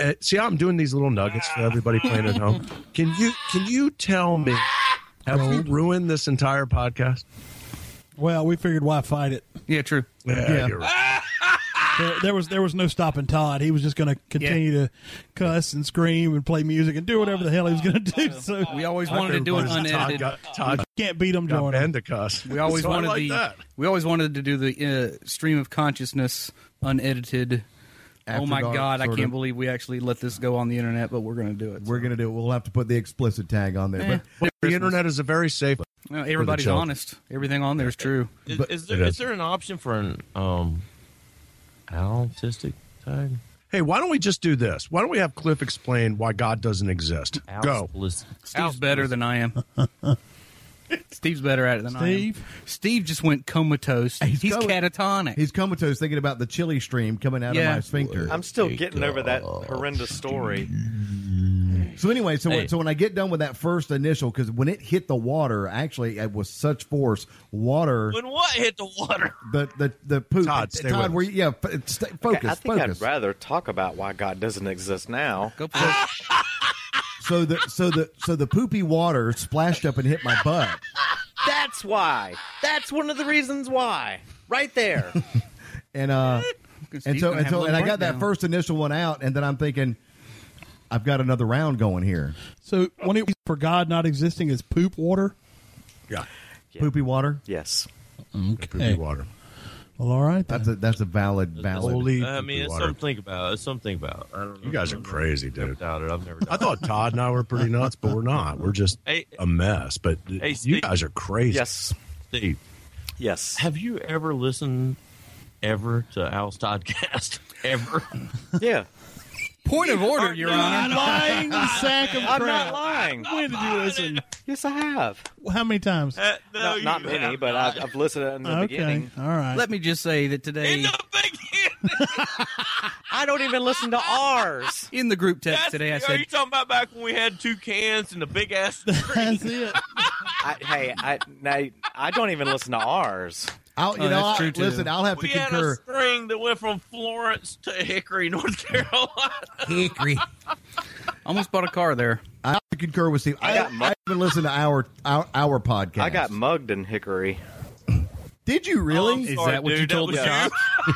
uh, see, I'm doing these little nuggets for everybody playing at home. Can you can you tell me? Have we ruined this entire podcast?
well, we figured why fight it.
Yeah, true.
Yeah, you're right.
There, there was there was no stopping Todd. He was just going to continue to cuss and scream and play music and do whatever the hell he was going to do. So
We always wanted to do it
Todd
unedited.
got- Todd
can't beat him,
got
join
Ben
him.
to cuss.
We always
So I
wanted
like
the.
that.
We always wanted to do the uh, stream of consciousness unedited.
After
oh my
dark,
God! I
sort
can't
of.
believe we actually let this go on the internet, but we're going to do it.
We're gonna do. it. We'll have to put the explicit tag on there. But
Well, the internet is a very safe.
Well, everybody's
children.
honest. Everything on there is true.
Is,
But-
is there is there an option for an um autistic tag?
Hey, why don't we just do this? Why don't we have Cliff explain why God doesn't exist? Go.
Outsplicit.
Steve's better than I am. Steve's better at it than I
Steve?
am. Steve just went comatose. He's,
coma-
catatonic.
he's comatose thinking about the chili stream coming out
Yeah.
of my sphincter.
I'm still getting over that horrendous story.
So anyway, so
Hey.
when, so when I get done with that first initial, because when it hit the water, actually it was such force, water
When what hit the water?
the the the poop.
Todd, stay with
were you, yeah, f- stay, focus,
I think
focus.
I'd rather talk about why God doesn't exist now.
Go for it.
so the so the so the poopy water splashed up and hit my butt,
That's why. That's one of the reasons why. Right there.
and uh, and
Steve's
so
gonna
and
have a
so
little
and I got that
breakdown.
first initial one out, and then I'm thinking, I've got another round going here.
So one of the reasons for God not existing is poop water.
Yeah.
Yeah.
Poopy water.
yes.
Poopy water.
Well, all right. then.
That's a that's a valid valid.
Holy
I
poopy
mean, it's
water.
something to think about. It's something to think about. I don't know.
You guys are crazy, dude.
Doubt it. I've never.
I
Done
thought Todd and I were pretty nuts, but we're not. We're just
Hey-
a mess. But
Hey,
you
Steve.
guys are crazy.
Yes.
Steve,
Yes.
have you ever listened ever to Al's Toddcast? ever?
yeah.
Point of order, Your Honor.
lying sack of
I'm not
crap.
lying.
When did you listen?
Yes, I have.
How many times?
Uh, no,
Not, not
you
many,
have
but
not.
I've, I've listened in the
okay.
beginning.
All right.
Let me just say that today
in the beginning.
I don't even listen to ours.
In the group text
That's-
today, I
are
said,
you talking about back when we had two cans and the big ass?
That's it.
I, hey, I, I I don't even listen to ours.
I'll, you
Oh,
know,
that's
I,
true, too.
listen, I'll have
we
to
had a
concur.
string that went from Florence to Hickory, North Carolina.
Hickory.
almost bought a car there.
I have to concur with Steve. I,
I
I,
got mu-
haven't listened to our our, our podcast.
I got mugged in Hickory.
Did you really?
I'm
Is
sorry,
that what
dude,
you told
was
the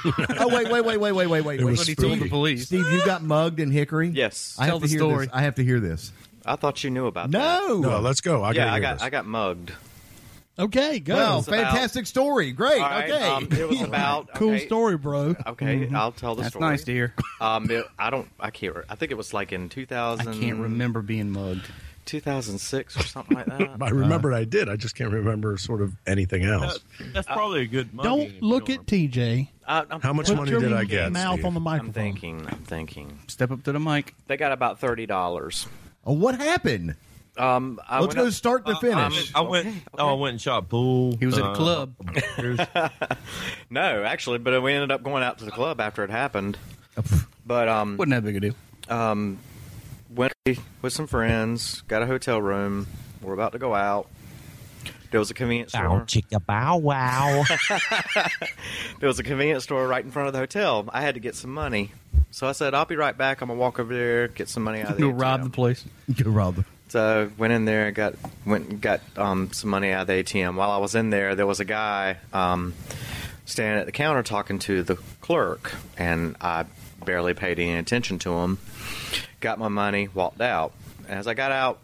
you.
cops?
oh wait, wait, wait, wait, wait, wait, wait.
It was
wait.
He told the
spooky.
police.
Steve, you got mugged in Hickory.
Yes.
I
Tell
have to
the
hear
story.
this. I have to hear this.
I thought you knew about that.
No.
No, let's go. I
yeah,
gotta
I
hear
got
this.
I got mugged.
Okay, go.
Wow,
about-
fantastic story. Great.
All right,
okay.
um, it was about
cool
okay,
story, bro.
Okay, I'll tell the
Mm-hmm. That's
story.
nice to hear.
Um, it- I don't. I can't. re- I think it was like in 2000.
I can't remember being mugged.
2006 or something like that.
I remember I did. I just can't remember sort of anything
Uh,
else.
That's probably a good. mugging if
Don't
you
look
don't
at TJ.
I, I'm,
How much
Put
money
your
did I get?
Mouth
Steve?
on the
I'm
microphone.
thinking. I'm thinking.
Step up to the mic.
They got about thirty dollars.
Oh, what happened?
Um, I
Let's
went
go
up- um,
start to
I,
finish.
I went. Oh, I went and shot pool.
He was at a
Uh,
club.
No, actually, but we ended up going out to the club after it happened. But um,
Wasn't that big a deal.
went with some friends, got a hotel room. We're about to go out. There was a convenience store.
chicka bow wow.
There was a convenience store right in front of the hotel. I had to get some money, so I said, "I'll be right back. I'm gonna walk over there, get some money out of the
Go rob
ATM."
the place.
Go, Rob.
So went in there, and got went and got um, some money out of the ATM. While I was in there, there was a guy um, standing at the counter talking to the clerk, and I barely paid any attention to him. Got my money, walked out. As I got out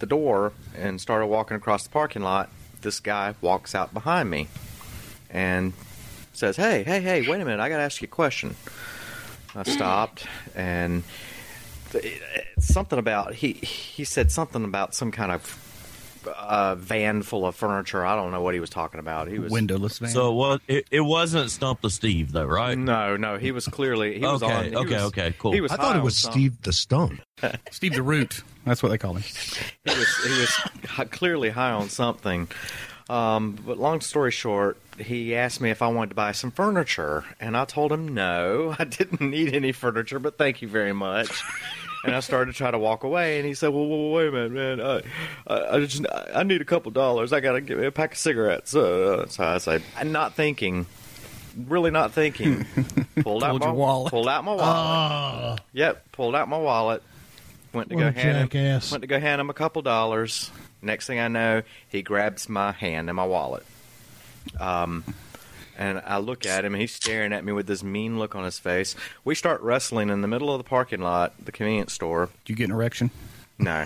the door and started walking across the parking lot, this guy walks out behind me and says, "Hey, hey, hey! Wait a minute! I got to ask you a question." I stopped and something about he he said something about some kind of uh, van full of furniture. I don't know what he was talking about. He was
Windowless van.
so it was. It, it wasn't Stump the Steve though, right?
No, no, he was clearly he was
Okay,
on. he
okay,
was-
okay, cool.
He was
I thought
high
it was
on some-
Steve the Stump.
Steve DeRoot. That's what they call him.
He was he was hi- clearly high on something. Um, but long story short, he asked me if I wanted to buy some furniture, and I told him no, I didn't need any furniture, but thank you very much. And I started to try to walk away, and he said, "Well, well wait a minute, man. Uh, I, I just I need a couple dollars. I gotta get me a pack of cigarettes." Uh, so I said, "I'm not thinking, really not thinking." Pulled out
Told
my
your wallet. Ah.
Pulled out my wallet. Yep, pulled out my wallet. Went to
What
go
a
hand him-
jackass.
went to go hand him a couple dollars. Next thing I know, he grabs my hand and my wallet. Um, and I look at him, and he's staring at me with this mean look on his face. We start wrestling in the middle of the parking lot, the convenience store.
Did you get an erection?
No.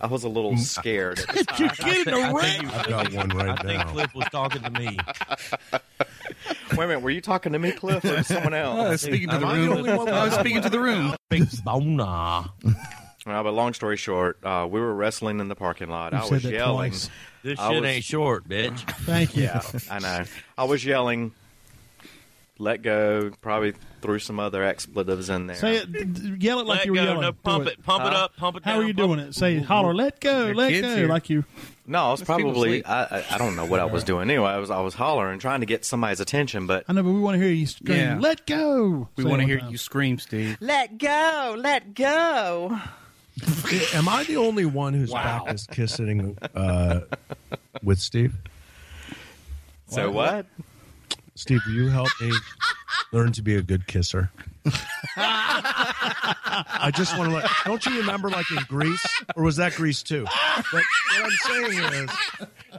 I was a
Mm.
little scared. at the time.
Getting a ring.
I've got one right
I think
now.
Cliff was talking to me.
Wait a minute, were you talking to me, Cliff, or to someone else?
Uh, speaking
to the room.
I was Uh, speaking to the room.
Big boner.
Well, but long story short, uh, we were wrestling in the parking lot. I
said
was
that
yelling.
twice.
This
I
shit
was-
ain't short, bitch.
Thank you.
Yeah, I know. I was yelling, "Let go!" Probably threw some other expletives in there.
Say it. d- Yell it like
Let
you were
go,
yelling.
no,
Do
pump it, pump it
Huh?
up, pump it
How
down,
are you
pump
doing it? Say, holler, let go,
Your
let
kid's
go.
here.
Like you.
No, it's
Those people
probably
sleep.
I, I. I don't know what I was doing anyway. I was I was hollering, trying to get somebody's attention, but
I know, but we want to hear you scream,
Yeah.
let go.
We
Say it
want to
one
hear
time.
you scream, Steve.
Let go, let go.
Am I the only one who's practiced kissing uh, with Steve?
so what?
Steve, will you help me learn to be a good kisser? I just want to let. Don't you remember, like in Greece, or was that Greece too? But what I'm saying is,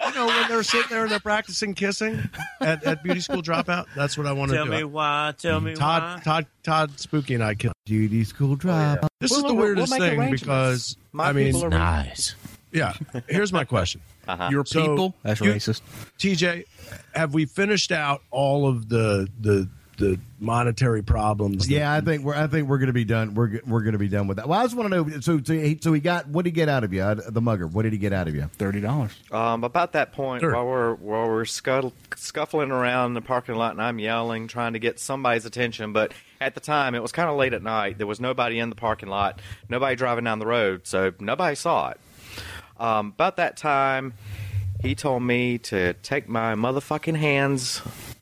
you know, when they're sitting there and they're practicing kissing at, at beauty school dropout, that's what I want to
Tell
do.
me why. Tell me
Todd, Todd, Todd, Spooky, and I kissed.
Beauty school
Oh,
drop.
This
We'll-
is the
we'll- we'll
weirdest
make
thing
arrangements.
because
My
I mean,
people are-
why. Nice.
yeah. Here's my question.
Uh-huh.
Your
So,
people? That's
you-
racist.
TJ, have we finished out all of the the the monetary problems? that-
Yeah, I think we're I think we're gonna be done. We're g- we're gonna be done with that. Well, I just want to know. So so he, so he got what did he get out of you? Uh, The mugger. What did he get out of you?
Thirty dollars.
Um, about that point,
Sure.
while we're while we're scuttle, scuffling around in the parking lot, and I'm yelling, trying to get somebody's attention, but at the time it was kind of late at night. There was nobody in the parking lot, nobody driving down the road, so nobody saw it. Um, about that time, he told me to take my motherfucking hands,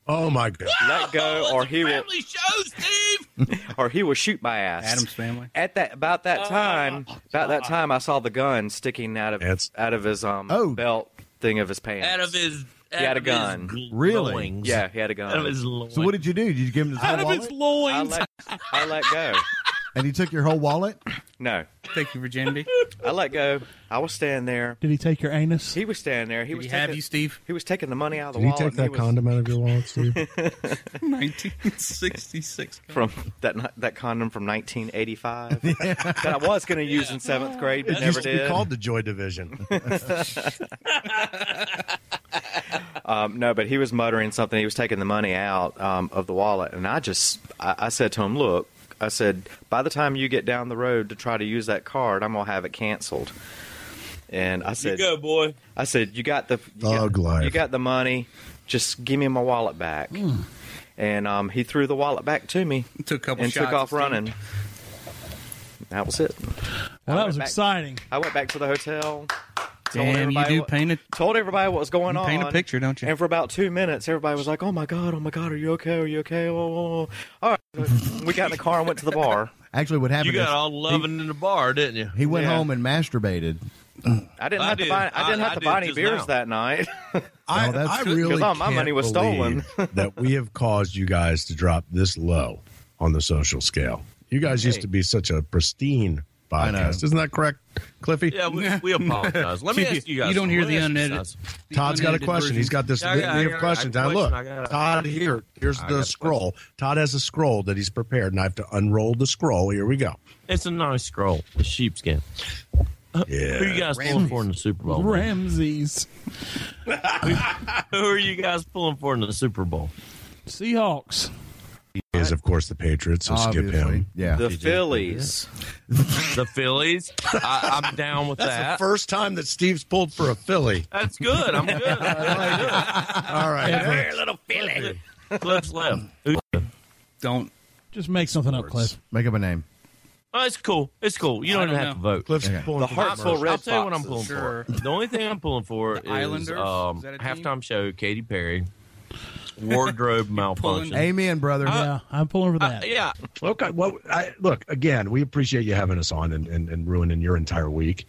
Oh my god.
let go, or he will.
show, Steve.
or he will shoot my ass.
Adam's family.
At that about
Oh,
that time, about that time, I saw the gun sticking out of
It's-
out of his um
Oh.
belt thing of his pants.
Out of his, out
He had a
of
gun.
his
Really?
loins.
yeah, he had a gun.
Out of his loins.
So what did you do? Did you give him his whole wallet?
I
loins.
let I let go.
and he took your whole wallet?
No,
Thank you, virginity.
I let go. I was standing there.
Did he take your anus?
He was standing there. He
Did
was
he
taking,
have you, Steve?
He was taking the money out of the
Did you
wallet.
take
and
that
was-
condom out of your wallet, Steve?
1966.
from that ni- that condom from 1985 that I was going to use in seventh grade, but never
used to
did.
be called the Joy Division.
Um, no, but he was muttering something. He was taking the money out um, of the wallet, and I just I, I said to him, "Look." I said, by the time you get down the road to try to use that card, I'm gonna have it canceled. And I
You
said,
go, boy.
I said, "You got the you
Thug
got,
life. Hmm.
You got the money. Just give me my wallet back." And um, he threw the wallet back to me
Took a couple
and
shots
took off
of Steve.
running. That was it.
well,
I
that
went
was
back-
exciting.
I went back to the hotel. told
Damn, you
everybody
do
what-
paint a
Told everybody what was going
You
on.
paint a picture, don't you?
And for about two minutes, everybody was like, "Oh my god, oh my god, are you okay? Are you okay?" Oh, oh, oh." all right, we got in the car and went to the bar.
Actually, what
You
happened
got
is
all loving in the bar, didn't you?
he went
Yeah.
home and masturbated.
I didn't
I
have
did.
to buy. I didn't
I-
have
I
to
did
buy any
just
beers
now.
that night.
I,
that's
I
good,
really
'cause all my
can't
money was
believe that we have caused you guys to drop this low on the social scale. You guys used to be such a pristine
I know.
podcast, isn't that correct, Cliffy?
Yeah, we, we apologize. Let me ask you guys.
You don't hear
something.
the
Let me ask you
unedited.
guys.
Todd's got a question. He's got this.
Yeah, I
we
got- I
have
got-
questions.
I
Now
got a
look,
question. I got a-
Todd here. Here's
I got
the
a
scroll. Todd has a scroll that he's prepared, and I have to unroll the scroll. Here we go.
It's a nice scroll. The sheepskin. Who you
Yeah.
guys pulling for in the Super Bowl? man?
Ramses,
Who are you guys pulling for in the Super Bowl?
Seahawks.
Is of course the Patriots. So skip
Obviously.
him.
Yeah.
the Phillies.
The Phillies. I, I'm down with that.
That's the first time that Steve's pulled for a Philly.
That's good. I'm good.
All right.
little Philly. Cliff's left. Ooh.
Don't.
Just make something up, Cliff.
Make up a name.
Oh, it's cool. It's cool. You
I
don't,
don't
even have to vote.
Cliff's pulling
The
for
heartful
Mercer.
red
I'll tell you what I'm
foxes.
pulling for. The only thing I'm pulling for is
Islanders?
um,
Is that a team?
halftime show. Katy Perry. Wardrobe malfunction.
Amen, brother.
Uh,
yeah, I'm pulling
uh,
for that.
yeah,
Okay. Well, I, look again. We appreciate you having us on and, and, and ruining your entire week,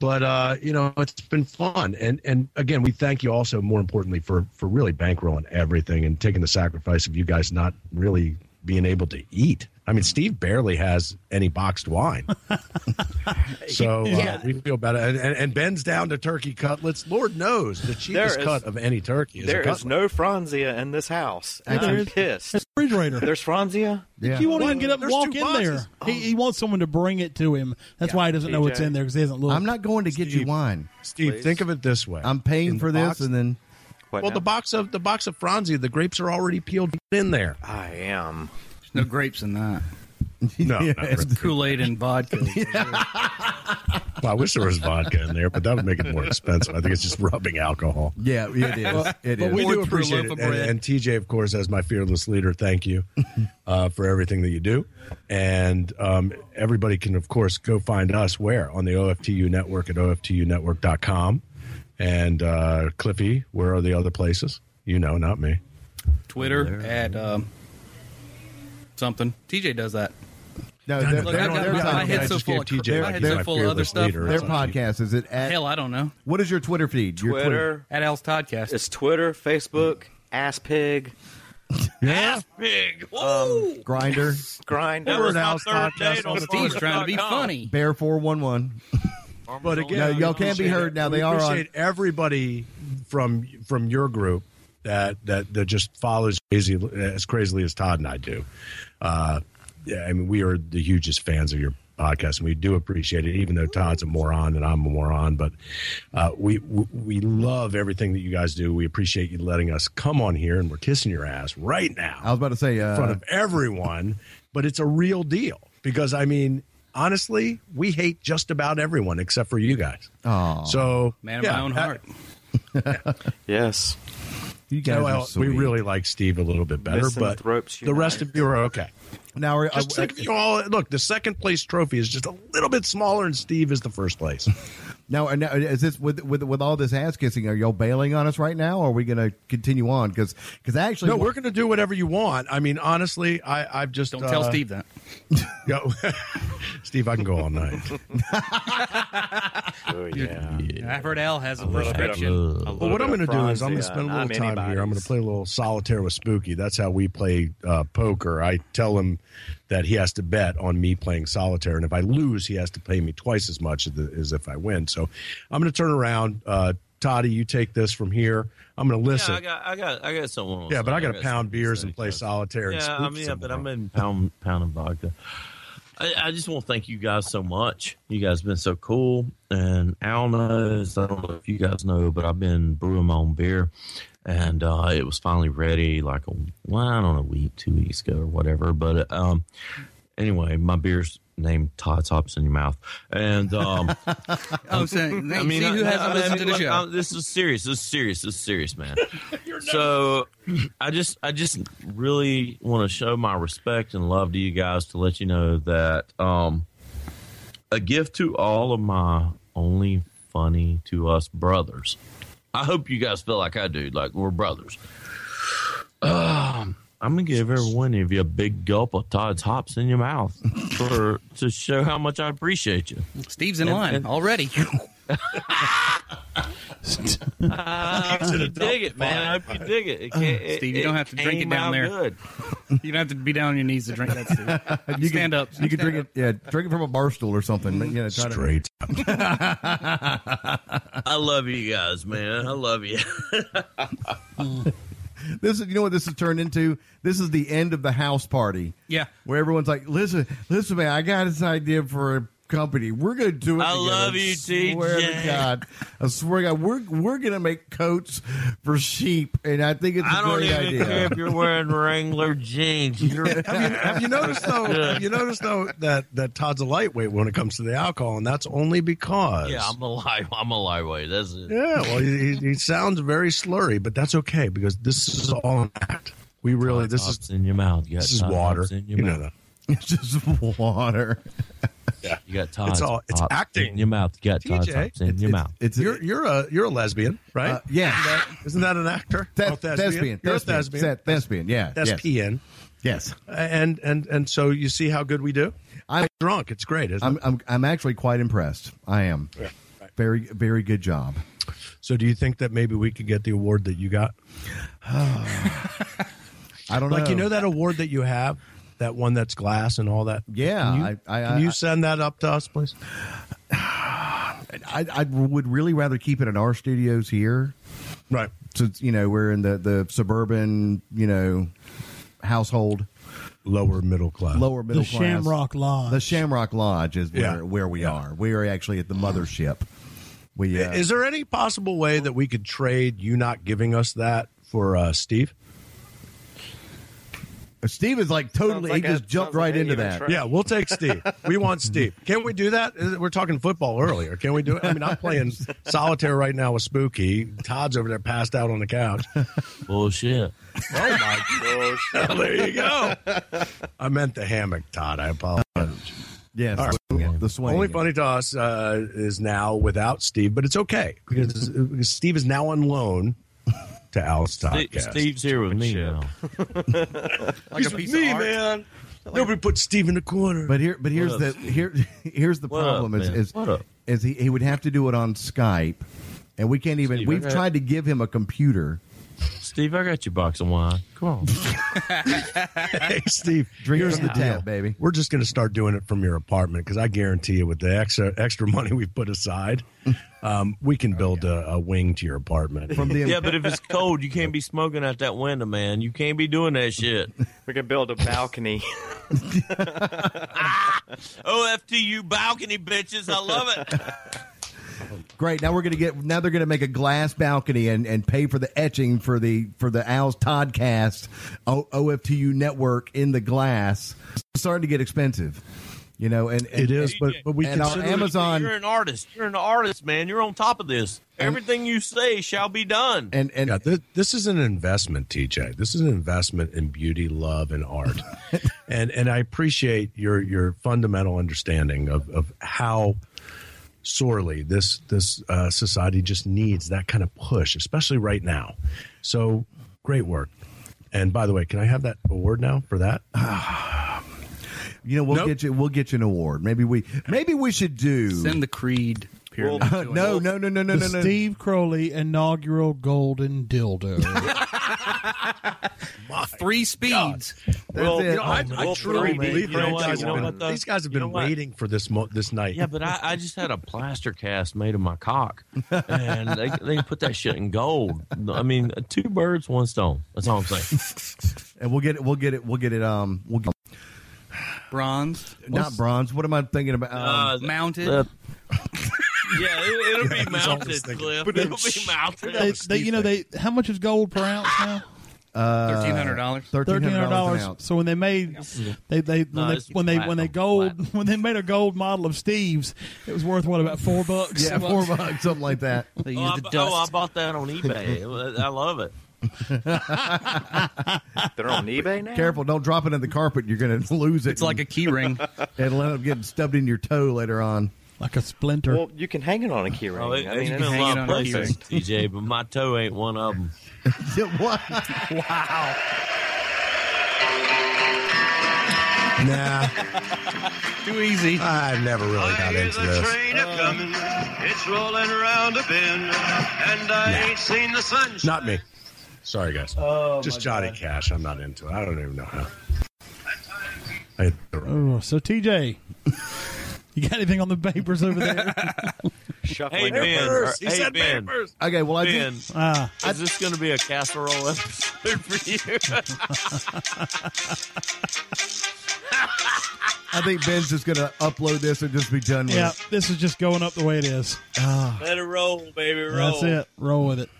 but uh, you know it's been fun. And and again, we thank you also more importantly for for really bankrolling everything and taking the sacrifice of you guys not really being able to eat. I mean, Steve barely has any boxed wine, so uh, we feel better. And, and, and Ben's down to turkey cutlets. Lord knows the cheapest
is-
cut of any turkey is a
There is
cutlet.
no Franzia in this house, and
There
I'm
is-
pissed.
It's refrigerator.
There's Franzia.
Yeah.
He won't even get up and
There's
walk
two
in there.
boxes.
He, he wants someone to bring it to him. That's why he doesn't know what's
TJ.
in there because he hasn't looked.
I'm not going to get you wine.
Steve, think of it this way:
I'm paying
In the
for this,
box-
and then
What
Well,
now?
the box of the box of Franzi, the grapes are already peeled in there.
I am.
There's no grapes in that.
No,
Yeah.
not really.
Kool Aid and vodka.
Well, I wish there was vodka in there, but that would make it more expensive. I think it's just rubbing alcohol.
yeah, it is. It
But
is.
we
Poured
do
through a
appreciate
loaf
it,
of
and,
bread.
and TJ, of course, as my fearless leader, thank you uh, for everything that you do. And um, everybody can, of course, go find us where on the OFTU network at oftunetwork.com. And uh, Cliffy, where are the other places? You know, not me.
Twitter at um, something. TJ does that.
No, their,
Look,
their-
I got
their
my- my
podcast-
head's so
just
full
gave
of cr-
TJ
my head's
like
so
my
full of
fearless
other stuff.
leader or
their
something.
podcast is it at?
Hell, I don't know.
What is your Twitter feed? Your
Twitter.
At Al's Toddcast.
It's Twitter, Facebook, ass pig,
ass pig.
Um,
Ooh,
grinder,
grind.
that was my
House
third
Podcast
date
on
on
the
Steve's trying to be funny.
bear four one one.
But again,
No, y'all can
we
be
appreciate
heard
it.
now.
We
They are on-
appreciate everybody from from your group that that that just follows crazy as crazily as Todd and I do. Uh, yeah, I mean, we are the hugest fans of your podcast, and we do appreciate it. Even though Todd's a moron and I'm a moron, but uh, we we we love everything that you guys do. We appreciate you letting us come on here, and we're kissing your ass right now
I was about to say.
in front
Uh,
of everyone, but it's a real deal because I mean, honestly, we hate just about everyone except for you guys.
Aw.
so
Man of
yeah,
my own
that-
heart.
Yes.
uh, you guys
yeah,
are
well, we
sweet.
really like Steve a little bit better, but
Misanthropes
the rest of you are okay.
now. Are, uh,
Just
are-
think of you all. Look, the second place trophy is just a little bit smaller, and Steve is the first place.
Now, and now, is this with with with all this ass kissing? Are y'all bailing on us right now? or Are we going to continue on? Because actually,
No, we're going to do whatever you want. I mean, honestly, I, I've just
Don't tell
uh,
Steve that.
Yo, Steve, I can go all night.
Oh, yeah.
I've heard Al has a
prescription.
Uh,
Well, what I'm going to do is I'm going to spend a little time here. I'm going to
anybody's.
play a little solitaire with Spooky. That's how we play uh, poker. I tell him that he has to bet on me playing solitaire, and if I lose, he has to pay me twice as much as, the, as if I win. So I'm going to turn around. Uh, Toddy, you take this from here. I'm going to
yeah,
listen.
I got, I got, I got someone. on
Yeah, but I
side.
got to pound
something
beers
say,
and play
so-
solitaire. and
Yeah,
spook
I mean, yeah, but
someone.
I'm in pound, pound and vodka. I, I just want to thank you guys so much. You guys have been so cool. And Al knows, I don't know if you guys know, but I've been brewing my own beer. And uh, it was finally ready like, a, well, I don't know, a week, two weeks ago or whatever. But um, anyway, my beer's named Todd's Hops in Your Mouth. And. Um,
Oh, saying, I mean, see who hasn't listened to the
look,
show.
I'm- this is serious. This is serious. This is serious, man. so, I just, I just really want to show my respect and love to you guys to let you know that um, a gift to all of my only funny to us brothers. I hope you guys feel like I do, like we're brothers. Um, I'm gonna give every one of you a big gulp of Todd's hops in your mouth for to show how much I appreciate you.
Steve's in line already.
I hope you dig it, man. I hope you dig it. it can't- it-
Steve, you don't have to drink it
came
down
out
there.
Good.
you don't have to be down on your knees to drink that, Steve. you stand up.
you can drink it. Yeah, drink it from a bar stool or something. but, you know, try to-
Straight.
I love you guys, man. I love you.
This is you know what this has turned into. This is the end of the house party.
Yeah.
where everyone's like, listen, listen, man, I got this idea for a company. We're gonna do it.
I
together.
love you,
Swear to
TJ.
God, I swear to God, we're we're gonna make coats for sheep, and I think it's a
I don't
great
even
idea.
care if you're wearing Wrangler jeans. You're
have you noticed though? Have you noticed though that that Todd's a lightweight when it comes to the alcohol, and that's only because
yeah, I'm a lie. I'm a lightweight. That's it.
Yeah, well, he, he, he sounds very slurry, but that's okay because this is all an act. We really, this
Hops
is
in your mouth. You got
this is
Todd
water.
Hops In your
You
mouth.
know that.
It's just water.
You got Todd.
all- it's acting.
in your mouth. You got Todd
TJ,
hops in your
It's-
mouth.
It's,
You're you're a you're a lesbian, right?
uh, yeah.
Isn't that an actor?
Th-
Oh,
thespian,
You're a
thespian,
thespian.
Th- thespian, yeah, yes.
Thespian.
yes.
And and and so you see how good we do.
I'm-
drunk. It's great, isn't
I'm,
it?
I'm, I'm actually quite impressed. I am. Very, very good job.
So do you think that maybe we could get the award that you got?
I don't
Like you know that award that you have, that one that's glass and all that.
Yeah,
Can you,
I- I-
can you
I-
send that up to us, please?
I, I would really rather keep it in our studios here,
Right.
since you know we're in the the suburban, you know, household,
Lower middle class.
lower middle
the
class.
Shamrock Lodge.
the Shamrock Lodge is where
Yeah.
where we
Yeah.
are. We are actually at the mothership. We uh,
Is there any possible way that we could trade you not giving us that for uh, Steve?
Steve is like totally.
Sounds like
he just
a-
jumped
sounds like
right
an
into
even
that.
trade.
Yeah, we'll take Steve. We want Steve. Can we do that? Is- We're talking football earlier. Can we do it? I mean, I'm playing solitaire right now with Spooky. Todd's over there passed out on the couch.
Bullshit.
Oh there you go. I meant the hammock, Todd. I apologize.
Yes,
All right.
the swing, the swing.
Only funny to us uh, is now without Steve, but it's okay because, because Steve is now on loan to Al's
Ste-
podcast.
Steve's here with me now.
Like a piece of art.
man. Nobody put Steve in the corner.
But here, but here's
up,
the here here's the
What up,
problem is
man?
is,
What up?
is he, he would have to do it on Skype, and we can't even.
Steve,
we've
okay.
tried to give him a computer.
Steve, I got your box of wine. Come on.
hey, Steve,
Drink
here's
from
the
the tap,
deal.
baby.
We're just going to start doing it from your apartment because I guarantee you, with the extra extra money we've put aside, um, we can build a, a wing to your apartment.
Oh, From the
yeah, but if it's cold, you can't be smoking out that window, man. You can't be doing that shit.
We can build a balcony.
OFTU balcony bitches. I love it.
Uh,
great. Now we're gonna get. Now they're gonna make a glass balcony and, and pay for the etching for the for the Al's Toddcast o, OFTU network in the glass. It's starting to get expensive, you know. And, and
it is, but but we
And our
consider
Amazon-
You're an artist. You're an artist, man. You're on top of this. Everything you say shall be done.
and and
Yeah, this, this is an investment, TJ. This is an investment in beauty, love, and art. and and I appreciate your your fundamental understanding of of how sorely. This this uh, society just needs that kind of push, especially right now. So great work. And by the way, can I have that award now for that?
You know, we'll
Nope.
get you. We'll get you an award. Maybe we. Maybe we should do.
Send the Creed. Pyramid.
Well,
to
Uh, no,
us.
no, no, no, no,
The
no, no.
Steve Crowley inaugural golden dildo.
Three speeds.
That's
Well,
it.
you know,
I,
Oh,
I truly
man. Truly,
believe
you know
these
what,
guys
you know
have
what,
been,
though?
these guys have
You
been
know what?
waiting for this mo- this night.
Yeah, but I, I just had a plaster cast made of my cock, and they, they put that shit in gold. I mean, two birds, one stone. That's all I'm saying.
and we'll get it. We'll get it. We'll get it. Um, we'll get
Bronze.
not bronze. What am I thinking about? Um,
Uh,
Mounted.
uh, yeah, it, it'll be
that's all I was
mounted,
thinking.
Cliff.
But
It'll
it's-
be mounted.
they, they, you know, they how much is gold per ounce now?
Thirteen hundred dollars.
Thirteen
Thirteen
hundred
hundred
dollars an
dollars.
ounce.
So when they made, they they when
No,
they
it's
when they, when they
platinum,
gold
platinum.
when they made a gold model of Steve's, it was worth what about four bucks?
Yeah, four bucks, something like that.
They
Oh,
use
I,
the
bu-
dust.
oh, I bought that on eBay. I love it.
They're on eBay now.
Careful, don't drop it in the carpet. You're going to lose it.
it's like a key ring.
It'll end up getting stubbed in your toe later on.
like a splinter.
Well, you can hang it on a key ring.
Oh, it,
I
has
mean,
been
it's-
a
hanging
lot of
on a key
places, TJ, but my toe ain't one of them.
what?
nah,
Too easy.
I've never really got
Here's
into
a
this.
train a coming, it's rolling around a bend, and I ain't seen the sunshine.
Not me. Sorry, guys. Just Johnny Cash. I'm not into it. I don't even know how. I hit the wrong-
Oh, so TJ, you got anything on the papers over there?
shuffling
Hey,
their
Ben.
papers.
or- hey, ben.
Okay, well I
Ben,
did.
Ah,
is this going to be a casserole episode for you?
I think Ben's just going to upload this and just be done with
yeah,
it.
this is just going up the way it is.
Let it roll, baby, roll.
That's it. Roll with it.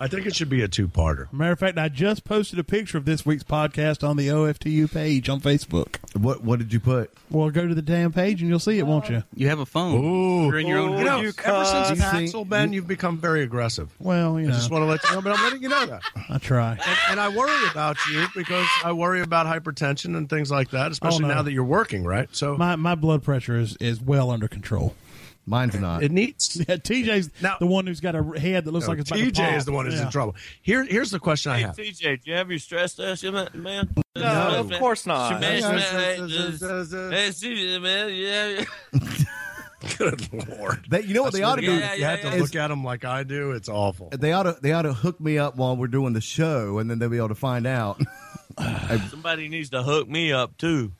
I think it should be a two-parter.
Matter of fact, I just posted a picture of this week's podcast on the OFTU page on Facebook.
What What did you put?
Well, go to the damn page and you'll see it, won't you?
You have a phone. You're in your own
Ooh.
You
world.
know,
You
ever
cuss.
since
You see-
Axel Ben, you've become very aggressive.
Well, you
I just
know,
want to let you know, but I'm letting you know that.
I try.
And, and I worry about you because I worry about hypertension and things like that, especially
Oh, no.
now that you're working, right? So
My my blood pressure is is well under control.
Mine's not.
it needs.
Yeah, TJ's
Now-
the one who's got a head that looks
No,
like it's about to
TJ
pop.
is the one who's
Yeah.
in trouble. Here, here's the question I
Hey,
have.
TJ, do you have your stress test, you man? man?
No, of course not.
Man,
Yeah.
man, man, TJ, man, yeah.
Good lord!
They- you know what they ought to
Yeah,
do?
yeah,
you have to
yeah.
look at him like I do. It's awful.
They ought to. They ought to hook me up while we're doing the show, and then they'll be able to find out.
Somebody needs to hook me up too.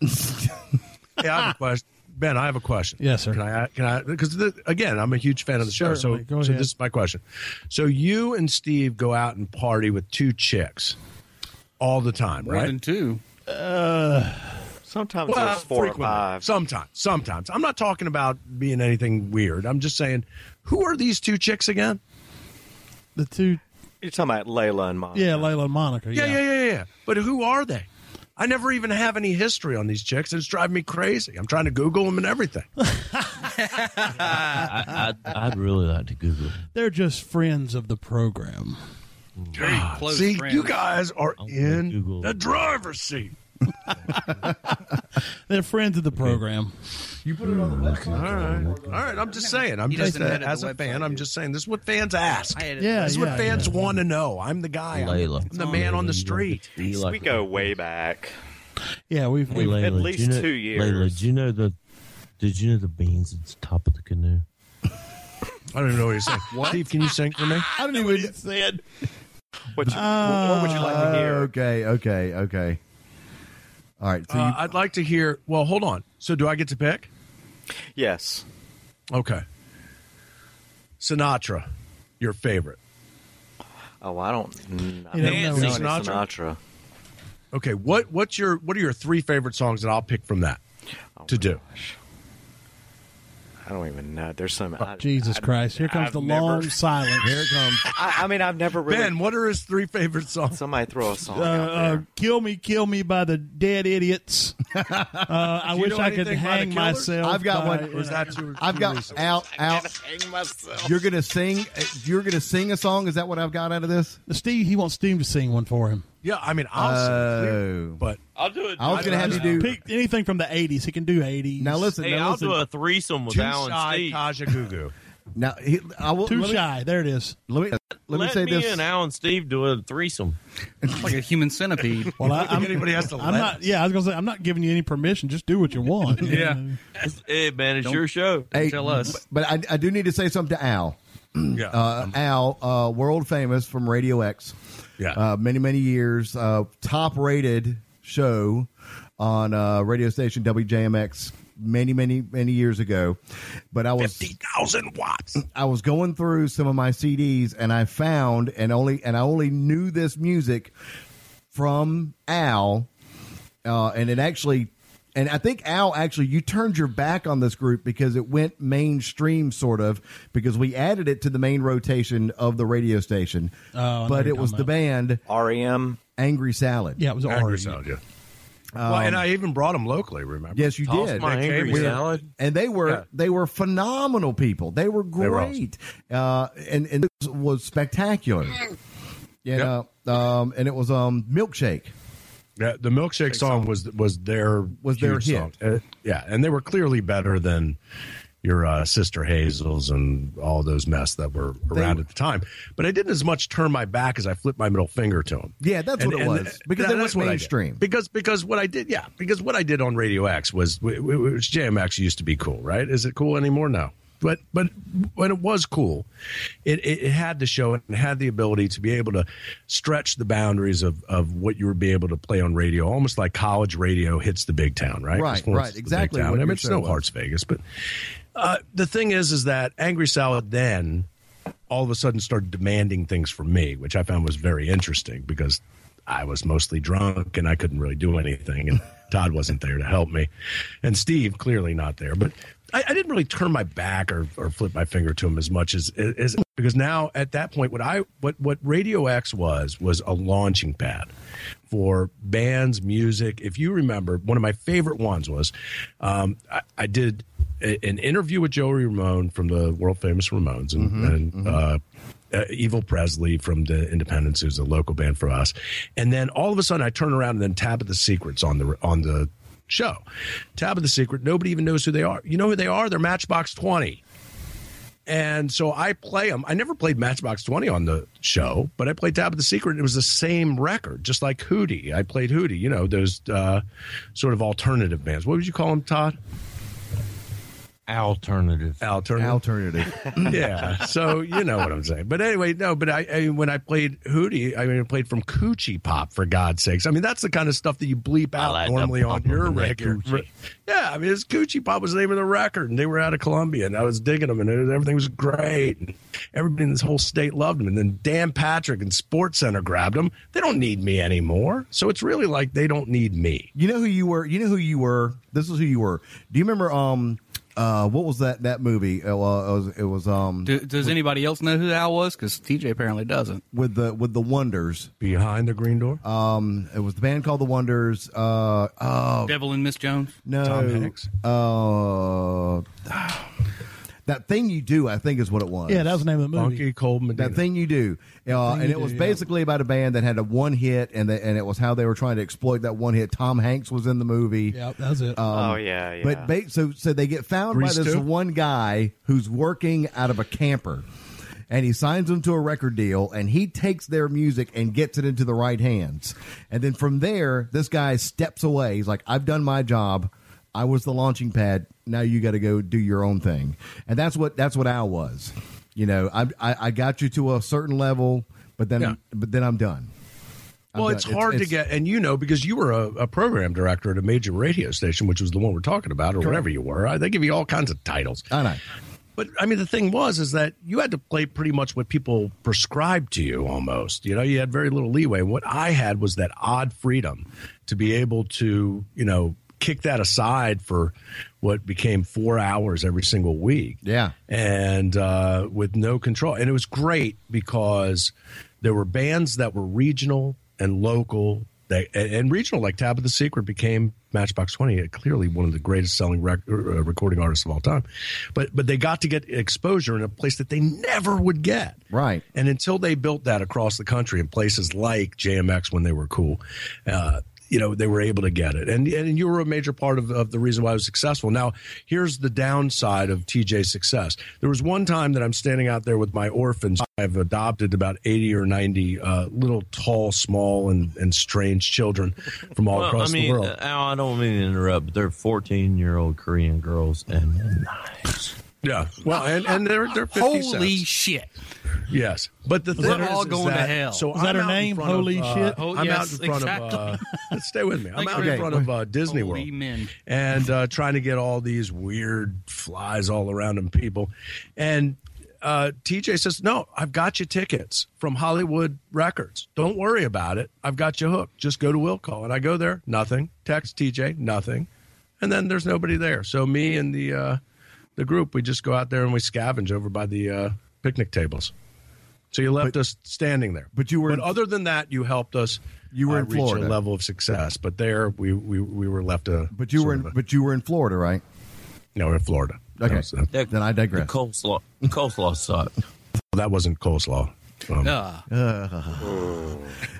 Hey, I have a question. Ben, I have a question.
Yes, sir.
Can I? Can I? Because again, I'm a huge fan of the show. So,
Certainly. Go
so
ahead.
this is my question. So you and Steve go out and party with two chicks all the time,
More
right?
than two.
Sometimes there's four or
frequently.
five.
Sometimes, sometimes. I'm not talking about being anything weird. I'm just saying, who are these two chicks again?
The two,
You're talking about Layla and Monica.
yeah, Layla and Monica.
Yeah, yeah, yeah, yeah. But who are they? I never even have any history on these chicks. It's driving me crazy. I'm trying to Google them and everything.
I, I, I'd really like to Google. it.
They're just friends of the program.
Very close
See,
friends.
you guys are
I'm gonna
in
Google.
the driver's seat.
They're friends of the program.
All right, all right. I'm just saying. I'm
He
just uh,
doesn't edit the
as a
website,
fan. I'm
dude.
just saying. This is what fans ask.
I had it.
Yeah,
This is
yeah,
what fans
yeah.
want to know. I'm the guy. I'm-
Layla.
I'm the man on the street.
Be like-
We go way back.
Yeah, we've,
Hey,
we've
Layla,
at
do
least
you know-
two years.
Layla, do you know the? Did you know the beans at the top of the canoe?
I don't even know what Uh, you're saying. Steve, can you sing for me?
I don't even.
said.
What, you, what would you like to hear?
Okay, okay, okay. All right. So
Uh, I'd like to hear. Well, hold on. So, do I get to pick?
Yes.
Okay. Sinatra, your favorite.
Oh, I don't. mm, I
You don't
don't
know
know any
Sinatra?
Sinatra.
Okay. What What's your What are your three favorite songs that I'll pick from that
Oh,
to do?
I don't even know. There's some. I,
Oh, Jesus
I-
Christ! Here comes
I've
the
never-
long silence. Here comes.
I, I mean, I've never really.
Ben, what are his three favorite songs?
somebody throw a song
Uh,
out
uh,
there.
kill me, kill me by the dead idiots. Uh, I
you
wish
know
I could
anything by the
hang
Killers?
myself.
I've got
by-
one.
Or is that too?
I've
too
got
recent?
out, out. You're gonna sing. uh, You're gonna sing a song. Is that what I've got out of this?
Steve, he wants Steve to sing one for him.
Yeah, I mean, I'll sing,
Oh.
but
I'll do it.
I was gonna have you do
Pick anything from the 80s. He can do 80s.
now. Listen,
Hey,
now,
I'll
listen,
do a threesome with
Too
Alan
shy,
Steele.
Kaja Gugu.
now he, I will,
Too
let, me,
shy. There it is.
let me let me
Let
say
me
this.
and Alan Steve do a threesome.
It's like a human centipede.
Well, I,
think
I'm,
anybody has to
I'm
let
not. Yeah, I was gonna say I'm not giving you any permission. Just do what you want.
Yeah.
Hey, man, it's your show.
Hey,
tell us.
But I, I do need to say something to Al.
Yeah.
Uh, Al, uh, world famous from Radio X.
Yeah.
Uh, many, many years. Uh, top rated show on uh, radio station WJMX many, many, many years ago. But I was.
50,000 watts.
I was going through some of my CDs and I found and only and I only knew this music from Al, uh, and it actually. And I think Al actually, you turned your back on this group because it went mainstream, sort of, because we added it to the main rotation of the radio station.
know
but
Oh, you're
it was the
talking
band
um,
REM.
Angry Salad.
Yeah, it was
Angry
orange.
sound, yeah. well, and I even brought them locally, remember?
Yes, you
Toss
did.
my
That
angry
came-
salad.
and they were
Yeah.
they were phenomenal people. They were
They were awesome.
great, uh, and and it was spectacular. You know, um, and it was um milkshake.
Yeah, the milkshake song was was their
Was their
huge
hit.
song. Uh, yeah, and they were clearly better than your uh, sister Hazel's and all those mess that were around at the time. But I didn't as much turn my back as I flipped my middle finger to them.
Yeah, that's what it was, because they
that's
went
what I did.
mainstream.
Because because what I did, yeah, because what I did on Radio X was w- w- which JMX used to be cool, right? Is it cool anymore? No. But but when it was cool, it, it it had to show it and had the ability to be able to stretch the boundaries of, of what you would be able to play on radio, almost like college radio hits the big town, right?
Right,
It's more
right,
the big
exactly
town.
what
I mean,
your
it's
show
no
was.
Hearts Vegas, but uh, the thing is, is that Angry Salad then all of a sudden started demanding things from me, which I found was very interesting because I was mostly drunk and I couldn't really do anything, and Todd wasn't there to help me, and Steve clearly not there. But I, I didn't really turn my back or, or flip my finger to him as much as, as because now at that point, what I what what Radio X was was a launching pad for bands, music. If you remember, one of my favorite ones was um, I, I did a- an interview with Joey Ramone from the world famous Ramones and, and Uh, uh, Evil Presley from the Independents, who's a local band for us. And then all of a sudden, I turn around and then Tab of the Secrets on the on the show. Tab of the Secret. Nobody even knows who they are. You know who they are? They're Matchbox Twenty. And so I play them. I never played Matchbox 20 on the show, but I played Tab of the Secret. And it was the same record, just like Hootie. I played Hootie, you know, those uh, sort of alternative bands. What would you call them, Todd?
Alternative.
Alternative.
Alternative.
yeah. So you know what I'm saying. But anyway, no. But I, I mean, when I played Hootie, I mean, I played from Coochie Pop for God's sakes. I mean, that's the kind of stuff that you bleep out
like
normally
the
on
pop
your
of that
record.
Coochie.
Yeah, I mean, it's Coochie Pop was the name of the record, and they were out of Columbia, and I was digging them, and it, everything was great. And everybody in this whole state loved them, and then Dan Patrick and Sports Center grabbed them. They don't need me anymore. So it's really like they don't need me.
you know who you were. You know who you were. This is who you were. Do you remember? Um, uh, what was that that movie? Uh, well, it was, it was um
Do, does anybody else know who Al was? Because TJ apparently doesn't.
with the with the Wonders.
Behind the green door,
It was the band called the Wonders. Uh, oh
Devil and Miss Jones.
no,
Tom Hanks.
Uh, that thing you do, I think, is what it was.
Yeah, that was the name of the movie.
Funky Cold Medina.
That thing you do, uh, and it was basically about a band that had a one hit, and the, and it was how they were trying to exploit that one hit. Tom Hanks was in the movie,
Yeah, that was
Uh,
it.
oh yeah, yeah.
but ba- so so they get found
Grease
by this
too?
one guy who's working out of a camper, and he signs them to a record deal, and he takes their music and gets it into the right hands, and then from there, this guy steps away. He's like, "I've done my job. I was the launching pad. Now you got to go do your own thing," and that's what that's what Al was. You know, I I, I got you to a certain level, but then
Yeah.
but then I'm done. I'm
Well,
done.
it's hard to get, and you know, because you were a, a program director at a major radio station, which was the one we're talking about, or whatever you were. I- They give you all kinds of titles.
I know.
But I mean, the thing was, is that you had to play pretty much what people prescribed to you almost. You know, you had very little leeway. What I had was that odd freedom to be able to, you know, kick that aside for what became four hours every single week
Yeah.
and uh, with no control. And it was great because there were bands that were regional and local. That, and, and regional, like Tab of the Secret, became Matchbox Twenty, uh, clearly one of the greatest selling rec- uh, recording artists of all time. But but they got to get exposure in a place that they never would get.
Right.
And until they built that across the country in places like JMX when they were cool, uh, you know they were able to get it and and you were a major part of, of the reason why i was successful now here's the downside of tj's success there was one time that i'm standing out there with my orphans i've adopted about 80 or 90 uh, little tall small and, and strange children from all
Well,
across
I mean,
the world
uh, Al, I don't mean to interrupt, but they're 14 year old Korean girls and they're nice.
yeah well and, and they're, they're 50
Holy
cents.
shit!
yes but the thing
her-
is,
all
is
going to
that,
hell. Oh,
so
Is
I'm
that her
out in
name?
front of,
Holy
uh,
shit.
i'm
yes,
out in front
exactly.
of uh, stay with me i'm
Like
out
okay.
in front of uh, disney
Holy
world
men.
and uh, trying to get all these weird flies all around him people and uh, tj says no i've got you tickets from hollywood records don't worry about it i've got you hooked just go to will call and i go there nothing text tj nothing and then there's nobody there so me and the uh, the group we just go out there and we scavenge over by the uh, picnic tables so you left us standing there
but you were in-
but other than that you helped us uh,
You were in
reach a
Florida.
level of success but there we we, we were left to
But you were in, but you were in Florida, right?
no, in Florida.
Okay.
That, was, uh,
That-
Then I digress.
The coleslaw, the coleslaw sucked.
that wasn't coleslaw. Um,
Uh,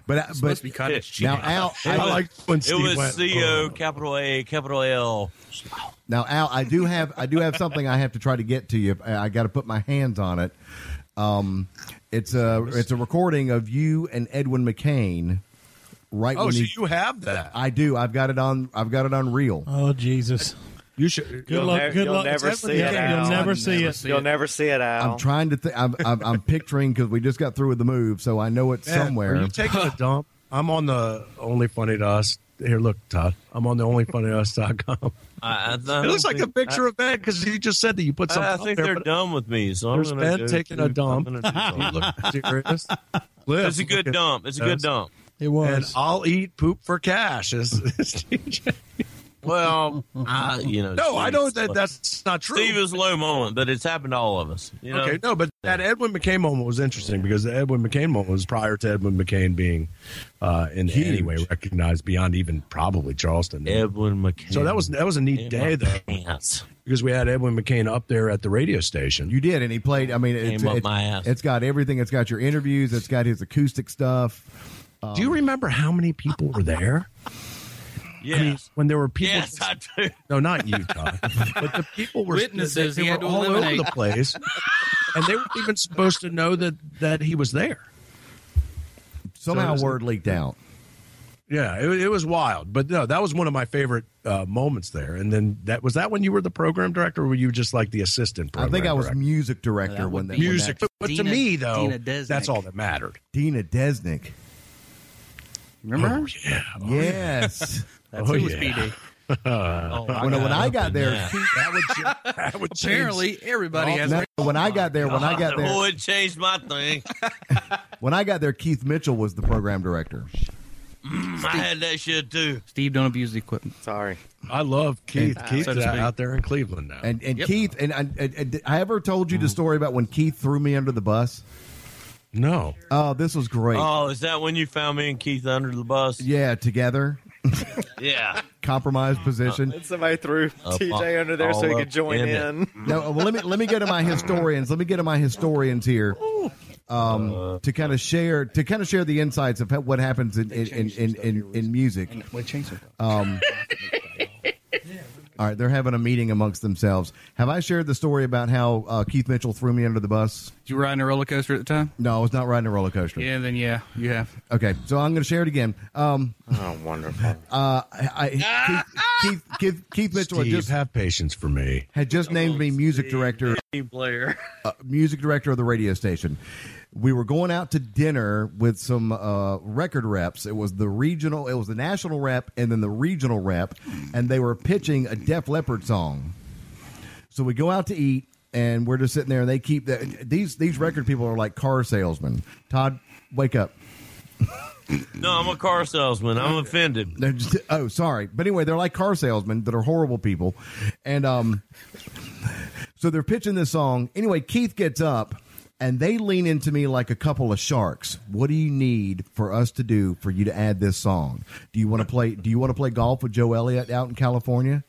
But but
must be cottage cheese.
now Al, I,
I like when
It
Steve
was uh,
went,
C
"Oh."
O capital A capital L.
now Al, I do have I do have something I have to try to get to you. I, got to put my hands on it. Um, it's a it's a recording of you and Edwin McCain. Right
Oh,
when
so
he,
you have that?
I do. I've got it on. I've got it on reel.
Oh Jesus!
You should.
Good
You'll
luck.
never-
good
you'll
luck.
never
It's
see
everything.
it,
You'll
Al.
never
I'll
see it.
You'll never see it, Al.
I'm trying to. Th- I'm, I'm I'm picturing because we just got through with the move, so I know it's
Man,
somewhere.
Are you taking a dump? I'm on the only funny to us. Here, look, Todd. I'm on the only funny to us.com.
I, I, it
It looks like a picture of Ben because you just said that you put something.
I, I
up
think
there,
they're
but-
done with me, so I'm
There's
gonna
Ben
go
taking
do-
a dump.
I'm gonna do something.
Serious? Liv,
it's a
look
good
at-
dump. It's a good dump.
It
And
was.
I'll eat poop for cash. Is, is TJ.
Well, I, you know,
No, I
Steve-
know that that's not true.
Steve is low moment, but it's happened to all of us. You know,
Okay, no, but that Edwin McCain moment was interesting because the Edwin McCain moment was prior to Edwin McCain being uh, in any way recognized beyond even probably Charleston.
Edwin McCain.
so that was that was a neat
in
day
my
though
pants.
because we had Edwin McCain up there at the radio station.
You did, and he played. I mean, it's,
Came up
it's-
my ass.
it's got everything. It's got your interviews. It's got his acoustic stuff.
Do you remember how many people were there?
Yes,
When there were people,
yes, I do.
no, not you, Todd, but the people were
Witnesses
They,
he
were
had to
all
eliminate.
over the place, and they weren't even supposed to know that that he was there.
Somehow,
does-
word leaked out.
Yeah, it, wa- it was wild, but no, that was one of my favorite uh, moments there. And then that was that when you were the program director, or were you just like the assistant?
I
Program
think I was
director?
music director
That
when
would
that
be-
when
music.
that-
But, but to
Dina-
me though,
Dina Desnick.
that's all that mattered.
Dina Desnick.
remember? her?
Oh, Yeah,
yes.
That's
Oh,
who was
yeah.
PD.
Oh,
when when I got there,
that would, ch- that would change-
Apparently, everybody has.
oh, no, when I got there, when I got
Oh,
there,
it changed my thing.
when I got there, Keith Mitchell was the program director.
I had that shit too.
Steve, don't abuse the equipment.
Sorry.
I love Keith. Keith
so to
is
speak.
out there in Cleveland now.
And and
Yep.
Keith and I, and, and I ever told you the story about when Keith threw me under the bus.
no,
Oh, this was great.
Oh, is that when you found me and Keith under the bus?
yeah, together,
Yeah.
compromised position.
And somebody threw TJ under there so he
all
could
up
join
in
in.
it.
No, well, let me let me go to my historians. Let me get to my historians here, um, to kind of share to kind of share the insights of what happens in in in, in, in, in music.
Wait, change it.
uh,
All right, they're having a meeting amongst themselves. Have I shared the story about how uh, Keith Mitchell threw me under the bus?
Did you ride in a roller coaster at the time?
No, I was not riding a roller coaster.
Yeah, then yeah, you have.
Okay, so I'm going to share it again. Um,
Oh, wonderful.
uh, I, I, Keith, Keith, Keith, Keith Mitchell
Steve,
had just,
have patience for me.
had just named me music director
Team player.
music director of the radio station. We were going out to dinner with some uh, record reps. It was the regional, it was the national rep, and then the regional rep, and they were pitching a Def Leppard song. So we go out to eat, and we're just sitting there, and they keep the, these these record people are like car salesmen. Todd, wake up.
No, I'm a car salesman. I'm offended.
They're just, oh, sorry. But anyway, they're like car salesmen that are horrible people. And um, so they're pitching this song. Anyway, Keith gets up and they lean into me like a couple of sharks. What do you need for us to do for you to add this song? Do you want to play do you want to play golf with Joe Elliott out in California?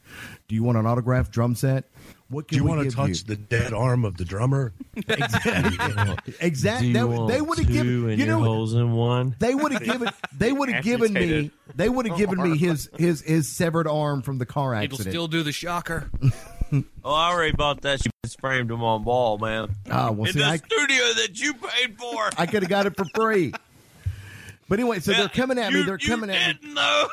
Do you want an autographed drum set? What
Do
can
you
we
want
give
to touch the dead arm of the drummer?
exactly?
Do
That-
you want
they would have
two
given
and
you
your
know
holes in one.
They would have given. They would have given me.
Amputated.
They would have given me his his his severed arm from the car
It'll
accident.
still do the shocker.
Oh, I already bought that. You framed him on ball, man.
Ah, well,
In
see,
the
I-
studio that you paid for.
I could have got it for free. But anyway, so they're coming at me.
You-
They're coming
you
at me.
didn't, Though.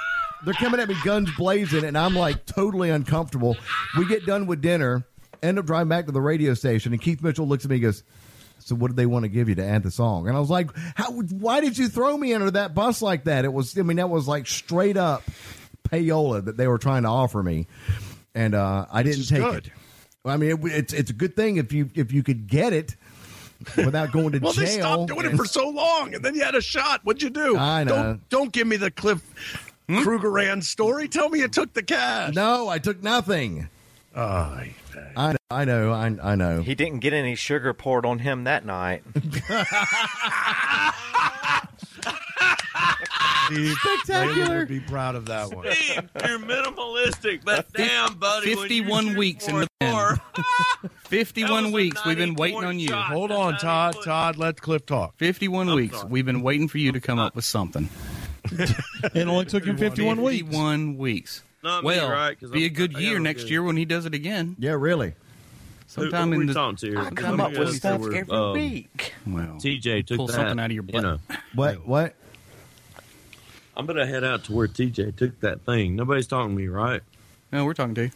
They're coming at me, guns blazing, and I'm like totally uncomfortable. We get done with dinner, end up driving back to the radio station, and Keith Mitchell looks at me and goes, "So what did they want to give you to add the song?" And I was like, "How? Why did you throw me under that bus like that? It was, I mean, that was like straight up payola that they were trying to offer me, and uh, I didn't
is
take
good.
it. I mean, it, it's it's a good thing if you if you could get it without going to
Well,
jail.
they stopped doing it
and-
for so long, and then you had a shot. What'd you do?
I know.
Don't, don't give me the Cliff Hmm? Krugerrand story. Tell me you took the cash.
No, I took nothing.
Oh,
I know, I know, I, I know.
He didn't get any sugar poured on him that night.
Spectacular.
Be proud of that one.
Steve, you're minimalistic, but damn, buddy. when you
51
shoot
weeks in
for
the
a
pen.
door-
51
was a
weeks we've been
90
waiting
point
on you.
shot.
Hold on, Todd. Todd, let Cliff talk.
51 weeks
sorry.
we've been waiting for you to come up with something.
It only took him 51 weeks.
51 weeks.
Not me,
well,
right? 'Cause
be a
I'm-
good
I got
year
no
next
good.
year when he does it again.
Yeah, really.
Sometime
who, who
in
we
the
talking to?
I come up with stuff
Afterward,
every
um,
week.
well,
TJ took
Pull
that,
something out of your
you
butt.
know.
What? What?
I'm gonna head out to where TJ took that thing. Nobody's talking to me, right?
no, we're talking to you.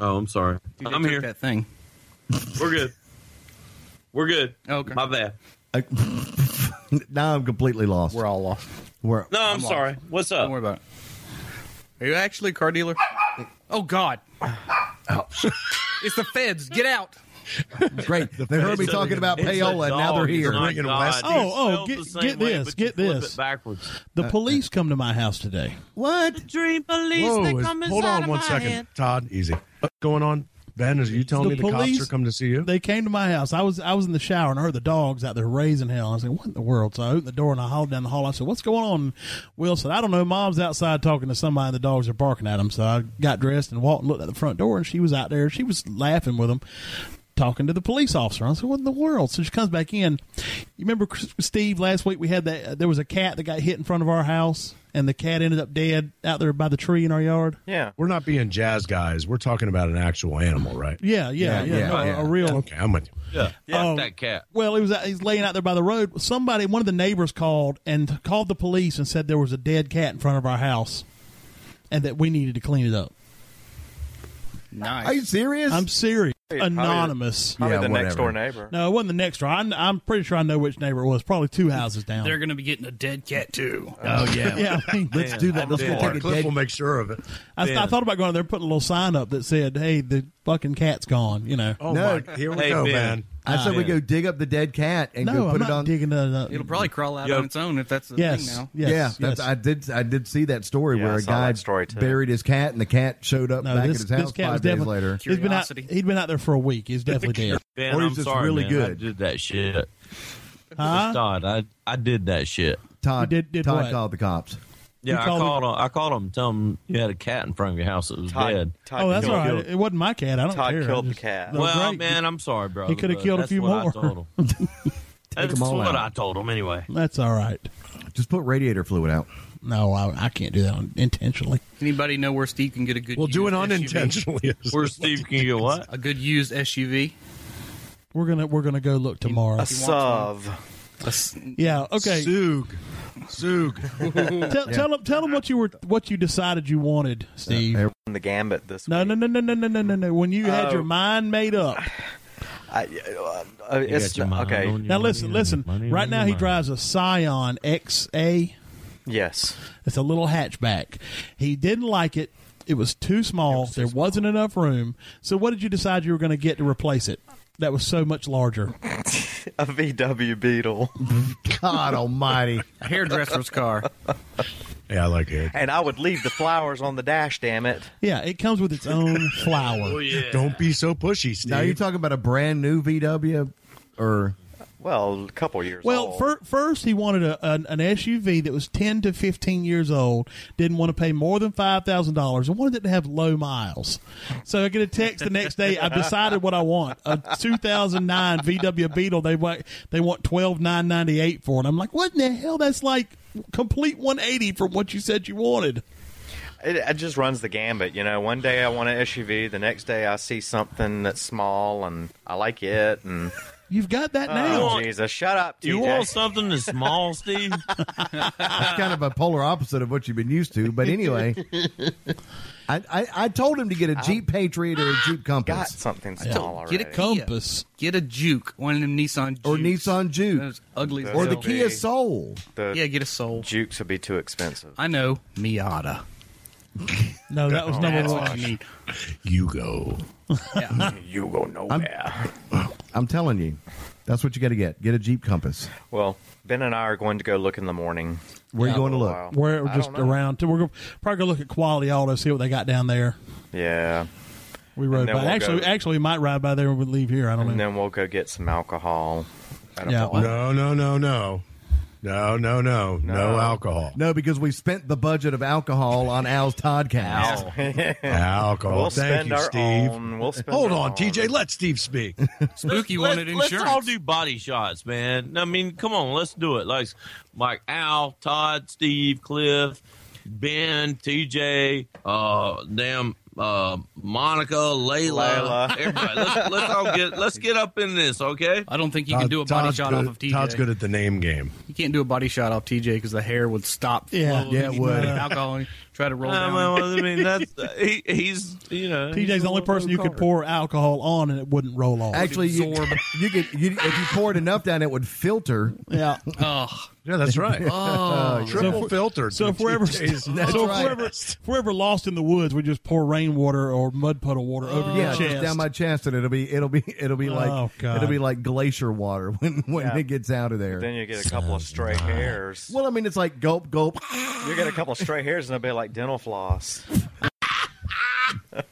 Oh, I'm sorry.
You
I'm
took
here.
That thing.
We're good. We're good.
Okay.
My bad.
I, Uh, now I'm completely lost.
We're all lost.
We're-
No, I'm, sorry. What's up?
Don't worry about it. Are you actually a car dealer? Oh God! it's the feds. Get out.
great. They heard me
It's a-
talking about
it's a
payola, and now they're
dog. It's
here.
not
Bringing
God.
Westies.
It's
Oh, oh,
spelled
get-
the same
get
way,
this,
but
get
you flip
this.
it backwards.
The police come to my house today.
What?
Dream police,
Whoa, is- hold on one second. Todd, easy. What's going on? Ben, is you telling me
The
the
police-
cops are coming to see you?
They came to my house. I was I was in the shower and I heard the dogs out there raising hell. I was like, "What in the world?" So I opened the door and I hauled down the hall. I said, "What's going on?" Will said, "I don't know. Mom's outside talking to somebody. and The dogs are barking at him." So I got dressed and walked and looked at the front door, and she was out there. She was laughing with them, talking to the police officer. I said, "What in the world?" So she comes back in. You remember Chris- Steve last week? We had that. there was a cat that got hit in front of our house, and the cat ended up dead out there by the tree in our yard.
Yeah.
We're not being jazz guys. We're talking about an actual animal, right?
Yeah,
Yeah,
yeah, yeah,
yeah,
no, a-
yeah.
a real
Okay, I'm with you.
Yeah.
Oh.
Um,
that cat.
Well, he was he's laying out there by the road. Somebody, one of the neighbors called and called the police and said there was a dead cat in front of our house, and that we needed to clean it up.
Are you serious?
I'm serious.
Oh,
Anonymous.
Probably
Yeah,
the next
whatever.
door neighbor.
No, it wasn't the next door. I, I'm pretty sure I know which neighbor it was. Probably two houses down.
They're going to be getting a dead cat too.
oh yeah, yeah. I, mean,
Let's do that. Let's go
Or
take a
Cliff will
dead.
make sure of it.
I, I thought about going there, and putting a little sign up that said, "Hey, the fucking cat's gone." You know.
Oh,
No.
my. Here we
Hey,
go,
Ben.
man.
I said we go dig up the dead cat and
no,
go
I'm
put
not
it on.
digging it up.
It'll probably crawl out
Yep.
on its own if that's the
Yes,
thing now.
yes,
yeah, that's,
yes.
I did. I did see that story
Yeah,
where
I
a
saw
guy
that story, too.
buried his cat, and the cat showed up
no,
back
this,
at his house
this cat was
five days
definitely.
later.
He's been out.
Curiosity.
He's been out there for a week. He's definitely dead.
Ben,
Or he's
I'm
just
sorry,
really
man. I
good.
did that shit.
Huh?
Todd, I I did that shit.
Todd
You did- did
Todd
what?
called the cops.
Yeah, I
called
called. him- I called him. Tell him you had a cat in front of your house that was dead.
Todd
Oh, that's
killed-
all right. It wasn't my cat. I don't
Todd
care. I
killed the
just-
cat.
No,
well,
great.
man, I'm sorry, brother.
He coulda
but
killed a
that's
few
what
more.
I told him. that's
'em all
what
out.
I told him anyway.
That's all right.
Just put radiator fluid out.
No, I, I can't do that on, intentionally.
Anybody know where Steve can get a good?
We'll do it
used SUV?
unintentionally.
Where Steve can you get what?
A good used SUV.
We're gonna we're gonna go look tomorrow.
A sub.
A s-
Yeah. Okay.
Soog. Soog.
Tell, tell them tell 'em what you were what you decided you wanted, Steve.
there-
in the gambit this
no,
week.
no, no, no, no, no, no, no, no. When you had your mind made up.
I, uh, uh, it's, okay.
Now listen, listen. Right now he drives a Scion XA.
Yes.
It's a little hatchback. He didn't like it. It was too small. there wasn't enough room. So what did you decide you were going to get to replace it? That was so much larger.
A VW Beetle.
God Almighty!
a hairdresser's car.
Yeah, I like it.
and I would leave the flowers on the dash, damn it.
Yeah, it comes with its own flower.
Oh yeah.
Don't be so pushy, Steve.
Now you're talking about a brand new VW, or
Well, a couple years.
Well,
Oh.
old.
fir- first he wanted a, an, an SUV that was ten to fifteen years old. Didn't want to pay more than five thousand dollars, and wanted it to have low miles. So I get a text the next day. I've decided what I want: a two thousand nine VW Beetle. They want they want twelve nine ninety eight for, it. and I'm like, what in the hell? That's like complete one eighty from what you said you wanted.
it, it just runs the gambit. You know, one day I want an SUV, the next day I see something that's small and I like it, and
You've got
Uh,
that now.
oh, Jesus, shut up,
You
TJ.
want something that's small, Steve?
It's kind of a polar opposite of what you've been used to. But anyway, I, I, I told him to get a Jeep Patriot or a Jeep
got
Compass
something small already.
Get a Kia.
Compass.
Get a Juke. One of them Nissan.
or
Jukes.
Nissan Juke
Those ugly. as
or the
hell.
Those
Kia
big.
Soul.
The
Yeah, get a Soul.
jukes would be too expensive.
I know Miata.
No, that was number
That's what
one.
you need.
You go.
You go nowhere.
I'm telling you, that's what you got to get. Get a Jeep Compass.
well, Ben and I are going to go look in the morning.
Where you going to look?
Wow.
We're
I
just
don't know.
around. To, we're gonna, probably gonna look at Quality Auto, see what they got down there.
Yeah,
We
And
rode by.
then we'll
actually,
go-
actually, we might ride by there and we leave here. I don't
and
know.
then we'll go get some alcohol. at a
Yeah.
bar.
No, no, no, no. No, no, no. No, alcohol.
No, because we spent the budget of alcohol on Al's Toddcast.
Oh.
Alcohol.
We'll
Thank
spend
you,
our
Steve.
own. We'll spend
Hold
our
on,
own.
TJ. Let Steve speak.
Spooky
Let's-
wanted
let's
insurance.
all do body shots, man. I mean, come on, let's do it. Like, like Al, Todd, Steve, Cliff, Ben, TJ, uh, damn, uh, Monica, Layla,
Layla.
everybody. Let's, let's all get let's get up in this, okay?
I don't think you can do a body
Todd's
shot
good,
off of TJ.
Todd's good at the name game.
You can't do a body shot off TJ because the hair would stop.
Yeah.
flowing.
Yeah, it
You'd
would.
put Alcohol. and Try to roll
I
down.
mean, Uh, well, I mean, that's uh, he, he's you know
TJ's the only person you could pour alcohol on and it wouldn't roll off.
Actually, you,
Absorb.
you could you, if you poured enough down, it would filter.
yeah.
Ugh.
Yeah, that's right. Triple filtered.
So if we're ever, so if we're ever, if we're ever lost in the woods, we just pour rainwater or mud puddle water over
Oh,
your
Yeah,
chest.
just down my chest, and it'll be it'll be it'll be like
Oh, God.
it'll be like glacier water when when
Yeah.
it gets out of there.
Then you get a couple of stray hairs.
well, I mean, it's like gulp gulp.
You get a couple of stray hairs and they'll be like dental floss.
Has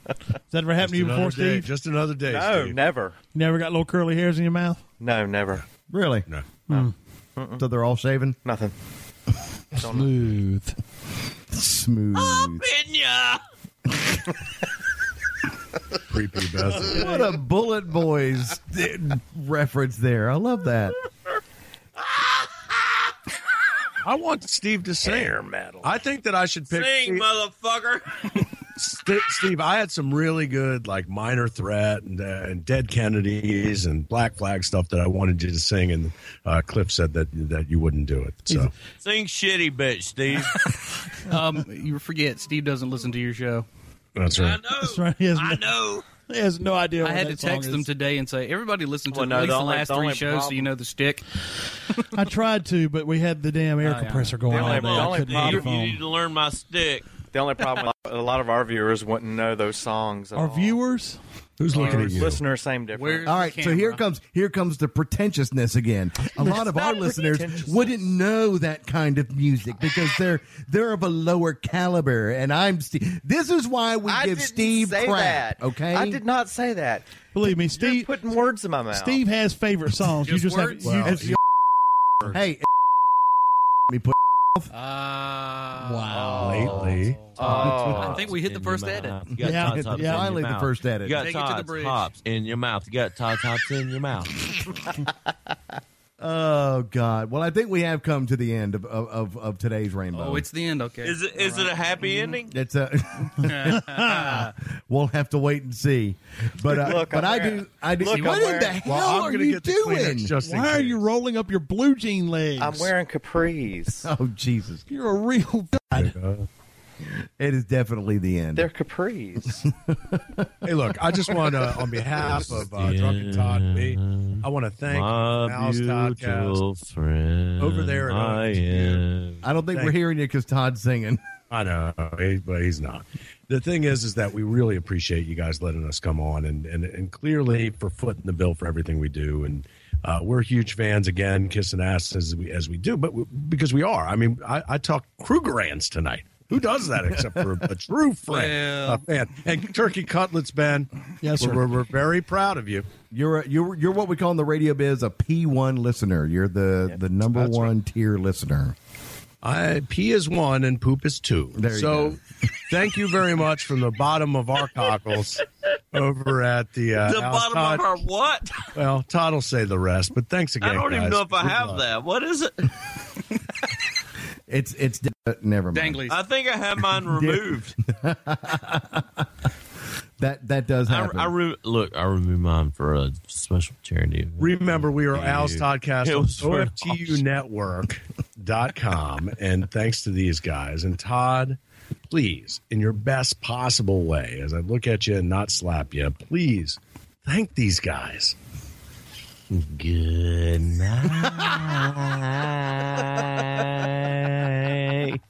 that ever happened to you
another
before,
day,
Steve?
just another day.
No,
Steve.
never.
You never got little curly hairs in your mouth?
No, never.
Really?
no.
So they're all shaven,
Nothing.
Smooth.
smooth.
Prepubescent.
What a bullet boys reference there. I love that.
I want Steve to sing. Hair metal. I think that I should pick
sing,
Steve,
motherfucker.
St- Steve, I had some really good like Minor Threat and, uh, and Dead Kennedys and Black Flag stuff that I wanted you to sing, and uh, Cliff said that that you wouldn't do it. So
Sing shitty bitch, Steve.
Um, you forget Steve doesn't listen to your show.
that's
I
right.
know.
That's right. He has,
I
no,
know.
he has no idea.
I
what
had to
that song
text them
is.
today and say, "Everybody listen to
Well, no,
at least
the
the,
only-
last
the
three
only
shows, so you
problem-
know the stick."
I tried to, but we had the damn air
yeah.
compressor going
The only-
all day.
the
I
only
couldn't
problem-
You,
get it
you need
on.
to learn my stick.
The only problem with a lot of our viewers wouldn't know those songs. at
Our
all.
viewers,
Who's
Our
looking at you?
Listeners, same difference.
Where's
All right,
the
so here
camera?
comes here comes the pretentiousness again. A lot of our listeners wouldn't know that kind of music because they're they're of a lower caliber, and I'm Steve. This is why we
I
give
didn't
Steve
say
crap.
that.
Okay,
I did not say that.
believe me, Steve.
You're putting words in my mouth.
Steve has favorite songs. you
Just
just
words?
have
Well,
It's
he-
your- hey, let me put.
Uh,
Wow.
Lately.
Oh.
I think we hit the first edit.
You got
Yeah,
Todd's Hops
yeah.
in your
Finally, the
mouth.
first edit.
You got
Take it to the
Todd's
bridge.
Hops in your mouth. You got Todd's Hops in your mouth.
Oh God! Well, I think we have come to the end of of, of, of today's rainbow.
Oh, it's the end. Okay.
Is it is it a happy ending?
it's a. we'll have to wait and see, but uh,
Look,
but
I'm
I
wearing-
do I do.
look, I'm
what in the
wearing-
hell
Well, I'm
are
gonna
you
get the
doing?
Kleenex just in
Why are
case.
you rolling up your blue jean legs?
I'm wearing capris.
Oh Jesus!
You're a real god.
It is definitely the end.
They're capris.
Hey, look, I just want to, on behalf of uh, Drunken Todd, and me, I want to thank
My
Mouse Toddcast.
beautiful friend,
Over there in
I
Orange,
am.
I don't think we're hearing you because Todd's singing.
I know, he- but he's not. The thing is, is that we really appreciate you guys letting us come on, and and, and clearly for footing the bill for everything we do, and uh, we're huge fans again, kissing ass as we as we do, but we, because we are. I mean, I, I talked Krugerrands tonight. Who does that except for a true friend, a fan? And turkey cutlets, Ben.
Yes,
we're,
sir.
We're, we're very proud of you.
You're a, you're you're what we call in the radio biz a P one listener. You're the the number
that's right.
one tier listener.
I pee is one and poop is two.
There you
so
go.
thank you very much from the bottom of our cockles over at the uh,
the
Al
bottom
Todd-
of our what?
Well, Todd will say the rest, but thanks again.
I don't even
guys.
know if I
Good
have
luck.
that. What is it?
It's it's uh, never mind.
Danglies.
I think I had mine removed.
That that does
I,
happen.
I re- look. I removed mine for a special charity. event.
Remember, we are Al's Toddcast
It
on
was for
OFTUnetwork.com. and thanks to these guys. And Todd, please, in your best possible way, as I look at you and not slap you, please thank these guys.
Good night.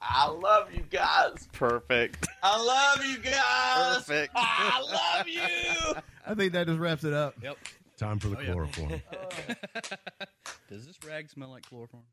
I love you guys.
Perfect.
I love you guys.
Perfect.
I love you.
I think that just wraps it up.
Oh,
Time for the chloroform.
Does this rag smell like chloroform?